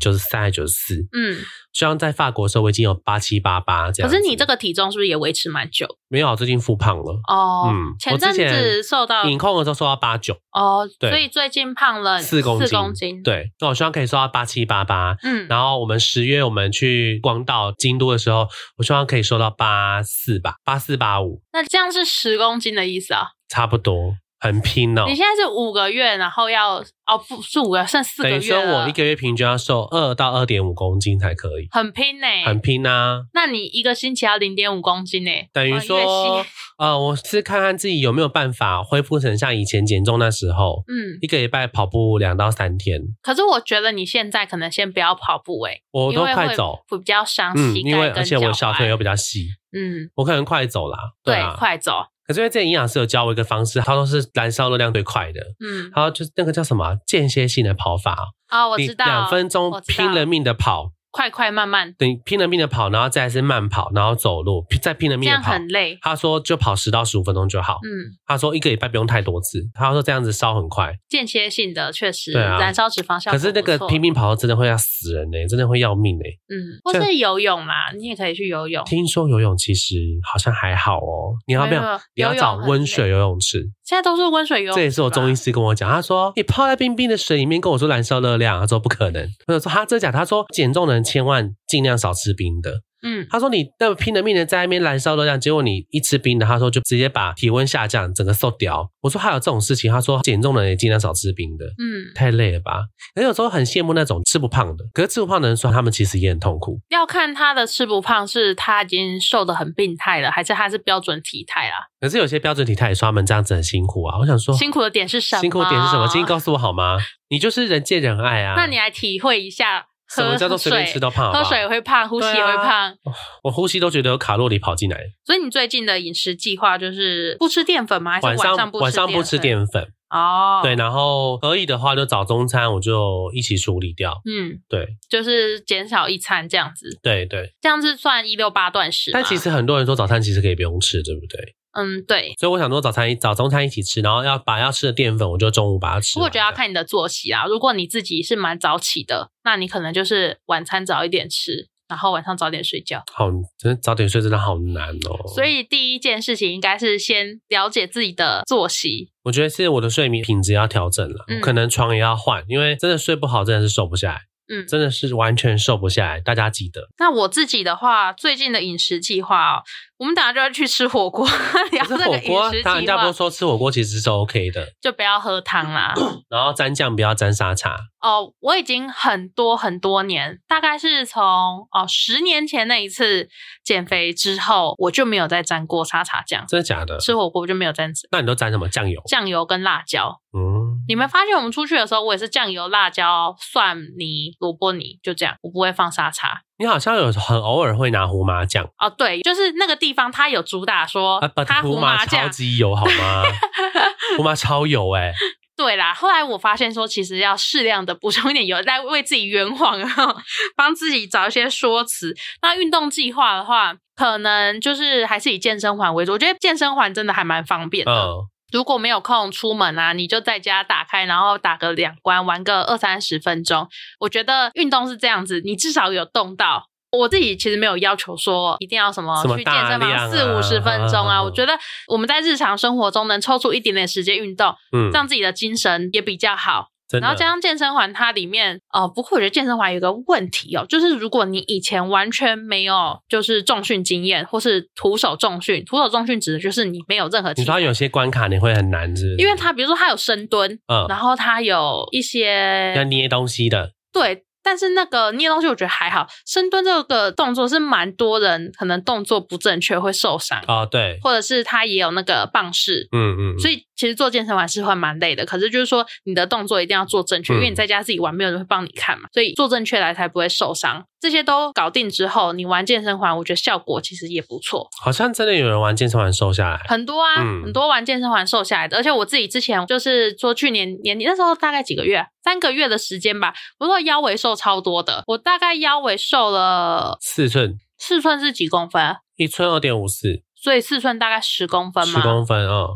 [SPEAKER 2] 九十三、九十四，
[SPEAKER 1] 嗯，
[SPEAKER 2] 希望在法国的时候我已经有八七八八这
[SPEAKER 1] 可
[SPEAKER 2] 样子。
[SPEAKER 1] 是你这个体重是不是也维持蛮久？
[SPEAKER 2] 没有，我最近复胖了。
[SPEAKER 1] 哦，
[SPEAKER 2] 嗯，
[SPEAKER 1] 前阵
[SPEAKER 2] 我之
[SPEAKER 1] 子
[SPEAKER 2] 前
[SPEAKER 1] 瘦到
[SPEAKER 2] 饮控的时候瘦到八九，
[SPEAKER 1] 哦，
[SPEAKER 2] 对
[SPEAKER 1] 所以最近胖了
[SPEAKER 2] 四公
[SPEAKER 1] 呃四
[SPEAKER 2] 斤，
[SPEAKER 1] 公斤，，
[SPEAKER 2] 对，那我希望可以瘦到八七八八。
[SPEAKER 1] 嗯，
[SPEAKER 2] 然后我们十月我们去广岛、京都的时候，我希望可以瘦到八四吧，八四八五，
[SPEAKER 1] 那这样是十公斤的意思啊？
[SPEAKER 2] 差不多，很拼哦。
[SPEAKER 1] 你现在是五个月，然后要哦不是五个，剩四个
[SPEAKER 2] 等
[SPEAKER 1] 月
[SPEAKER 2] 于说
[SPEAKER 1] 了
[SPEAKER 2] 我一个月平均要瘦二到二点五公斤才可以，
[SPEAKER 1] 很拼呢、
[SPEAKER 2] 很拼啊。
[SPEAKER 1] 那你一个星期要零点五公斤呢、
[SPEAKER 2] 等于
[SPEAKER 1] 哇
[SPEAKER 2] 说
[SPEAKER 1] 月薪，
[SPEAKER 2] 呃，我是看看自己有没有办法恢复成像以前减重那时候，
[SPEAKER 1] 嗯，
[SPEAKER 2] 一个礼拜跑步两到三天，
[SPEAKER 1] 可是我觉得你现在可能先不要跑步诶、
[SPEAKER 2] 我
[SPEAKER 1] 因
[SPEAKER 2] 都
[SPEAKER 1] 为
[SPEAKER 2] 快
[SPEAKER 1] 会
[SPEAKER 2] 走，
[SPEAKER 1] 比较伤
[SPEAKER 2] 嗯，
[SPEAKER 1] 膝
[SPEAKER 2] 因为
[SPEAKER 1] 盖
[SPEAKER 2] 而
[SPEAKER 1] 跟
[SPEAKER 2] 且
[SPEAKER 1] 脚
[SPEAKER 2] 我小腿又
[SPEAKER 1] 踝。
[SPEAKER 2] 比较细，
[SPEAKER 1] 嗯，
[SPEAKER 2] 我可能快走啦，
[SPEAKER 1] 对，
[SPEAKER 2] 啊。
[SPEAKER 1] 快走，
[SPEAKER 2] 可是因为之前营养师有教我一个方式，他说是燃烧热量最快的，
[SPEAKER 1] 嗯，
[SPEAKER 2] 然后就是那个叫什么啊间歇性的跑法啊，
[SPEAKER 1] 啊、我
[SPEAKER 2] 你
[SPEAKER 1] 知道，
[SPEAKER 2] 两分
[SPEAKER 1] 我
[SPEAKER 2] 钟
[SPEAKER 1] 知道
[SPEAKER 2] 拼了命的跑，
[SPEAKER 1] 快快慢慢，
[SPEAKER 2] 等拼了命的跑，然后再来是慢跑，然后走路，再拼了
[SPEAKER 1] 这
[SPEAKER 2] 命的
[SPEAKER 1] 样
[SPEAKER 2] 跑。
[SPEAKER 1] 很累。
[SPEAKER 2] 他说就跑十到十五分钟就好。
[SPEAKER 1] 嗯，
[SPEAKER 2] 他说一个礼拜不用太多次。他说这样子烧很快，
[SPEAKER 1] 间歇性的确实、
[SPEAKER 2] 对啊
[SPEAKER 1] 燃烧脂肪效
[SPEAKER 2] 可
[SPEAKER 1] 果
[SPEAKER 2] 是那个
[SPEAKER 1] 不错
[SPEAKER 2] 拼，命跑真的会要死人呢、真的会要命呢、
[SPEAKER 1] 嗯，或是游泳啦，你也可以去游泳。
[SPEAKER 2] 听说游泳其实好像还好哦，你要不
[SPEAKER 1] 哦没有
[SPEAKER 2] 要？你要找
[SPEAKER 1] 游泳很
[SPEAKER 2] 温水
[SPEAKER 1] 累
[SPEAKER 2] 游泳池，
[SPEAKER 1] 现在都是温水游泳，
[SPEAKER 2] 这也是我中医。师跟我讲，他说你泡在冰冰的水里面跟我说燃烧热量，他说不可能。我说他这假，他说减重的人千万尽量少吃冰的。
[SPEAKER 1] 嗯，
[SPEAKER 2] 他说你那么拼了命的在那边燃烧热量，结果你一吃冰的，他说就直接把体温下降，整个瘦掉。我说还有这种事情，他说减重的人也尽量少吃冰的。
[SPEAKER 1] 嗯，
[SPEAKER 2] 太累了吧？可是有时候很羡慕那种吃不胖的，可是吃不胖的人说他们其实也很痛苦。
[SPEAKER 1] 要看他的吃不胖是他已经瘦的很病态了，还是他是标准体态啦？
[SPEAKER 2] 可是有些标准体态也说他们这样子很辛苦啊。我想说，
[SPEAKER 1] 辛苦的点是什么？
[SPEAKER 2] 辛苦点是什么？今天告诉我好吗？你就是人见人爱啊。
[SPEAKER 1] 那你来体会一下，
[SPEAKER 2] 什么
[SPEAKER 1] 喝
[SPEAKER 2] 叫做随便
[SPEAKER 1] 水
[SPEAKER 2] 吃都胖好不好啊
[SPEAKER 1] 喝水也会胖，呼吸也会胖。
[SPEAKER 2] 我呼吸都觉得有卡路里跑进来。
[SPEAKER 1] 所以你最近的饮食计划就是不吃淀粉吗？还是
[SPEAKER 2] 晚
[SPEAKER 1] 上
[SPEAKER 2] 上
[SPEAKER 1] 不
[SPEAKER 2] 晚上不吃
[SPEAKER 1] 吃粉
[SPEAKER 2] 淀粉，
[SPEAKER 1] 哦？
[SPEAKER 2] 对，，然后可以的话就早中餐我就一起处理掉。
[SPEAKER 1] 嗯，
[SPEAKER 2] 对
[SPEAKER 1] 就是减少一餐这样子，
[SPEAKER 2] 对对，
[SPEAKER 1] 这样子算一六八断食吗。
[SPEAKER 2] 但其实很多人说早餐其实可以不用吃，对不对？
[SPEAKER 1] 嗯，对，
[SPEAKER 2] 所以我想说早餐一早中餐一起吃，然后要把要吃的淀粉我就中午把它吃
[SPEAKER 1] 不
[SPEAKER 2] 完。
[SPEAKER 1] 过我觉得要看你的作息啊啦。如果你自己是蛮早起的，那你可能就是晚餐早一点吃，然后晚上早点睡觉。
[SPEAKER 2] 好，真的早点睡真的好难哦。
[SPEAKER 1] 所以第一件事情应该是先了解自己的作息。
[SPEAKER 2] 我觉得是我的睡眠品质要调整了，
[SPEAKER 1] 嗯
[SPEAKER 2] 可能床也要换，因为真的睡不好真的是瘦不下来。
[SPEAKER 1] 嗯，
[SPEAKER 2] 真的是完全瘦不下来。大家记得，
[SPEAKER 1] 那我自己的话，最近的饮食计划哦，我们等下就要去吃火锅， 聊
[SPEAKER 2] 可是
[SPEAKER 1] 这
[SPEAKER 2] 火
[SPEAKER 1] 个饮
[SPEAKER 2] 锅
[SPEAKER 1] 食，
[SPEAKER 2] 当然
[SPEAKER 1] 计
[SPEAKER 2] 大家
[SPEAKER 1] 划
[SPEAKER 2] 都说吃火锅其实是 OK 的，
[SPEAKER 1] 就不要喝汤啦。
[SPEAKER 2] 然后沾酱不要沾沙茶，
[SPEAKER 1] 哦，我已经很多很多年，大概是从哦十年前那一次减肥之后，我就没有再沾过沙茶酱，
[SPEAKER 2] 真的假的？
[SPEAKER 1] 吃火锅就没有沾
[SPEAKER 2] 那你都沾什么酱油？
[SPEAKER 1] 酱油跟辣椒。
[SPEAKER 2] 嗯，
[SPEAKER 1] 你们发现我们出去的时候，我也是酱油、辣椒、蒜泥、萝卜泥，就这样，我不会放沙茶。
[SPEAKER 2] 你好像有很偶尔会拿胡麻酱
[SPEAKER 1] 哦，对，就是那个地方它有主打说
[SPEAKER 2] 啊，把
[SPEAKER 1] 它哦
[SPEAKER 2] 胡
[SPEAKER 1] 胡
[SPEAKER 2] 麻
[SPEAKER 1] 麻
[SPEAKER 2] 超
[SPEAKER 1] 酱，
[SPEAKER 2] 级油好 吗？胡麻超油哎、
[SPEAKER 1] 对啦。后来我发现说，其实要适量的补充一点油，来为自己圆谎，然后 帮自己找一些说辞。那运动计划的话，可能就是还是以健身环为主。我觉得健身环真的还蛮方便的。
[SPEAKER 2] 嗯，
[SPEAKER 1] 如果没有空出门啊，你就在家打开，然后打个两关，玩个二三十分钟。我觉得运动是这样子，你至少有动到。我自己其实没有要求说一定要什么
[SPEAKER 2] 什么
[SPEAKER 1] 去健身
[SPEAKER 2] 大
[SPEAKER 1] 房
[SPEAKER 2] 量
[SPEAKER 1] 四
[SPEAKER 2] 啊
[SPEAKER 1] 五十分钟
[SPEAKER 2] 嗯嗯
[SPEAKER 1] 啊，
[SPEAKER 2] 嗯
[SPEAKER 1] 我觉得我们在日常生活中能抽出一点点时间运动，
[SPEAKER 2] 嗯
[SPEAKER 1] 让自己的精神也比较好。
[SPEAKER 2] 真
[SPEAKER 1] 然后加
[SPEAKER 2] 的，
[SPEAKER 1] 上健身环，它里面呃，不过我觉得健身环有一个问题哦，就是如果你以前完全没有就是重训经验，或是徒手重训，徒手重训指的就是你没有任何
[SPEAKER 2] 你
[SPEAKER 1] 器
[SPEAKER 2] 说
[SPEAKER 1] 材，
[SPEAKER 2] 有些关卡你会很难是不是？
[SPEAKER 1] 因为它比如说它有深蹲，
[SPEAKER 2] 嗯
[SPEAKER 1] 然后它有一些
[SPEAKER 2] 要捏东西的，
[SPEAKER 1] 对，但是那个捏东西我觉得还好，深蹲这个动作是蛮多人可能动作不正确会受伤，
[SPEAKER 2] 哦，对，
[SPEAKER 1] 或者是它也有那个棒式。
[SPEAKER 2] 嗯嗯，
[SPEAKER 1] 所
[SPEAKER 2] 以
[SPEAKER 1] 以其实做健身环是会蛮累的，可是就是说你的动作一定要做正确，
[SPEAKER 2] 嗯
[SPEAKER 1] 因为你在家自己玩，没有人会帮你看嘛，所以做正确来才不会受伤。这些都搞定之后，你玩健身环，我觉得效果其实也不错，
[SPEAKER 2] 好像真的有人玩健身环瘦下来，
[SPEAKER 1] 很多啊，
[SPEAKER 2] 嗯
[SPEAKER 1] 很多玩健身环瘦下来的。而且我自己之前就是说去年年底那时候大概几个月，三个月的时间吧，我说腰围瘦超多的，我大概腰围瘦了
[SPEAKER 2] 四寸，
[SPEAKER 1] 四寸是几公分？啊
[SPEAKER 2] 一寸二点五四，
[SPEAKER 1] 所以四寸大概十公分
[SPEAKER 2] 十
[SPEAKER 1] 吗？
[SPEAKER 2] 公分啊，哦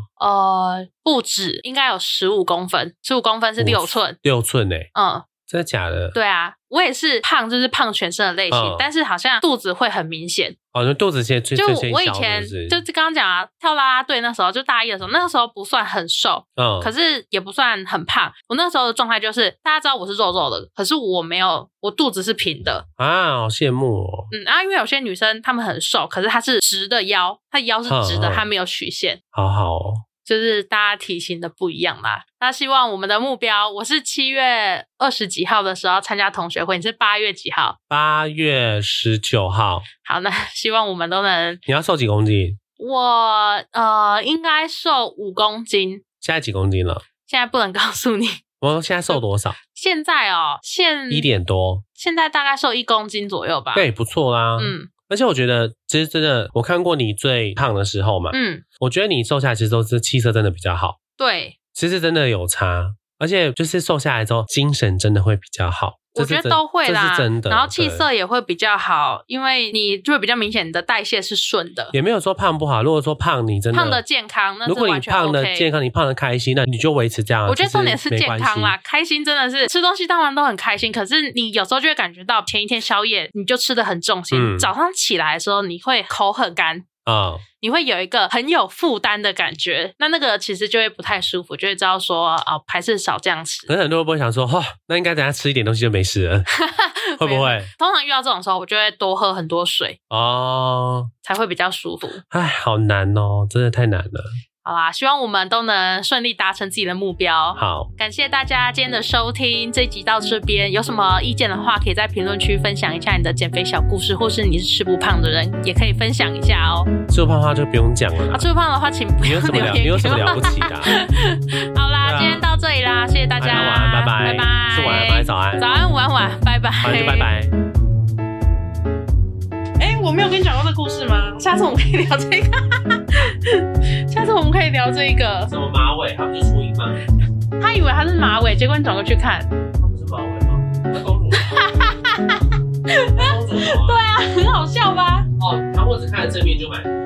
[SPEAKER 1] 呃，不止，应该有十五公分，十五公分是六寸。
[SPEAKER 2] 六寸哎、
[SPEAKER 1] 嗯，
[SPEAKER 2] 真的假的？
[SPEAKER 1] 对啊，我也是胖，就是胖全身的类型，
[SPEAKER 2] 嗯
[SPEAKER 1] 但是好像肚子会很明显。
[SPEAKER 2] 哦，就肚子先最
[SPEAKER 1] 就
[SPEAKER 2] 最先
[SPEAKER 1] 我以
[SPEAKER 2] 小
[SPEAKER 1] 前
[SPEAKER 2] 是不是
[SPEAKER 1] 就是刚刚讲啊，跳啦啦队那时候，就大一的时候，那个时候不算很瘦，
[SPEAKER 2] 嗯，
[SPEAKER 1] 可是也不算很胖。我那时候的状态就是，大家知道我是肉肉的，可是我没有，我肚子是平的。
[SPEAKER 2] 啊，好羡慕哦，
[SPEAKER 1] 嗯啊，因为有些女生她们很瘦，可是她是直的腰，她腰是直
[SPEAKER 2] 嗯
[SPEAKER 1] 的，
[SPEAKER 2] 嗯
[SPEAKER 1] 她没有曲线。
[SPEAKER 2] 好好哦，
[SPEAKER 1] 就是大家体型的不一样啦。那希望我们的目标，我是七月二十几号的时候参加同学会，你是八月几号？
[SPEAKER 2] 八月十九号，
[SPEAKER 1] 好，那希望我们都能，
[SPEAKER 2] 你要瘦几公斤？
[SPEAKER 1] 我呃应该瘦五公斤，
[SPEAKER 2] 现在几公斤了？
[SPEAKER 1] 现在不能告诉你。
[SPEAKER 2] 我现在瘦多
[SPEAKER 1] 嗯
[SPEAKER 2] 少？
[SPEAKER 1] 现在哦，现
[SPEAKER 2] 一点多，
[SPEAKER 1] 现在大概瘦一公斤左右吧。
[SPEAKER 2] 那也不错啦。
[SPEAKER 1] 嗯
[SPEAKER 2] 而且我觉得，其实真的，我看过你最胖的时候嘛，
[SPEAKER 1] 嗯，
[SPEAKER 2] 我觉得你瘦下来其实都是气色真的比较好，
[SPEAKER 1] 对，
[SPEAKER 2] 其实真的有差，而且就是瘦下来之后精神真的会比较好，
[SPEAKER 1] 我
[SPEAKER 2] 这
[SPEAKER 1] 觉
[SPEAKER 2] 是
[SPEAKER 1] 得
[SPEAKER 2] 真
[SPEAKER 1] 都会啦。
[SPEAKER 2] 这是真的。
[SPEAKER 1] 然后气
[SPEAKER 2] 对
[SPEAKER 1] 色也会比较好，因为你就会比较明显你的代谢是顺的，
[SPEAKER 2] 也没有说胖不好，如果说胖你真的
[SPEAKER 1] 胖的健康，那是
[SPEAKER 2] 如果你
[SPEAKER 1] 完全
[SPEAKER 2] 胖的
[SPEAKER 1] OK
[SPEAKER 2] 健康，你胖的开心，那你就维持这样啊。
[SPEAKER 1] 我觉得
[SPEAKER 2] 其实
[SPEAKER 1] 重点是
[SPEAKER 2] 没
[SPEAKER 1] 健
[SPEAKER 2] 关
[SPEAKER 1] 康
[SPEAKER 2] 系
[SPEAKER 1] 啦，，开心真的是吃东西当然都很开心，可是你有时候就会感觉到前一天宵夜你就吃的很重心，
[SPEAKER 2] 嗯
[SPEAKER 1] 早上起来的时候你会口很干，
[SPEAKER 2] 啊、
[SPEAKER 1] 你会有一个很有负担的感觉，那那个其实就会不太舒服，就会知道说啊、还是少这样吃
[SPEAKER 2] 可。是很多人不会想说，哦，那应该等下吃一点东西就没事了， 会不会？
[SPEAKER 1] 通常遇到这种时候，我就会多喝很多水，
[SPEAKER 2] 哦，
[SPEAKER 1] 才会比较舒服。
[SPEAKER 2] 哎，好难哦，真的太难了。
[SPEAKER 1] 好啦，希望我们都能顺利达成自己的目标。
[SPEAKER 2] 好，
[SPEAKER 1] 感谢大家今天的收听，这集到这边，有什么意见的话，可以在评论区分享一下你的减肥小故事，或是你是吃不胖的人，也可以分享一下哦。
[SPEAKER 2] 吃胖话就不用讲了
[SPEAKER 1] 啊，
[SPEAKER 2] 啦。
[SPEAKER 1] 吃不胖的话，请不
[SPEAKER 2] 你有
[SPEAKER 1] 要
[SPEAKER 2] 什么
[SPEAKER 1] 留
[SPEAKER 2] 了？
[SPEAKER 1] 言
[SPEAKER 2] 你有什么
[SPEAKER 1] 给我
[SPEAKER 2] 了不起的啊？
[SPEAKER 1] 好啦，
[SPEAKER 2] 对啊
[SPEAKER 1] 今天到这里啦，谢谢 大家，
[SPEAKER 2] 晚安，晚安，
[SPEAKER 1] 拜
[SPEAKER 2] 拜
[SPEAKER 1] 拜，
[SPEAKER 2] 是晚安，还是早安？
[SPEAKER 1] 早安，晚安，晚安，拜拜，
[SPEAKER 2] 好，就拜。拜。
[SPEAKER 1] 哎、我没有跟你讲过这故事吗？下次我们可以聊这个， 下次我们可以聊这个。
[SPEAKER 2] 什么马尾？他不是初音吗？
[SPEAKER 1] 他以为他是马尾，结果你转过去看，
[SPEAKER 2] 他不是马尾吗？他公 主。公主。对啊。
[SPEAKER 1] 啊很好笑吧？啊
[SPEAKER 2] 哦，他或者看了正面就买。哦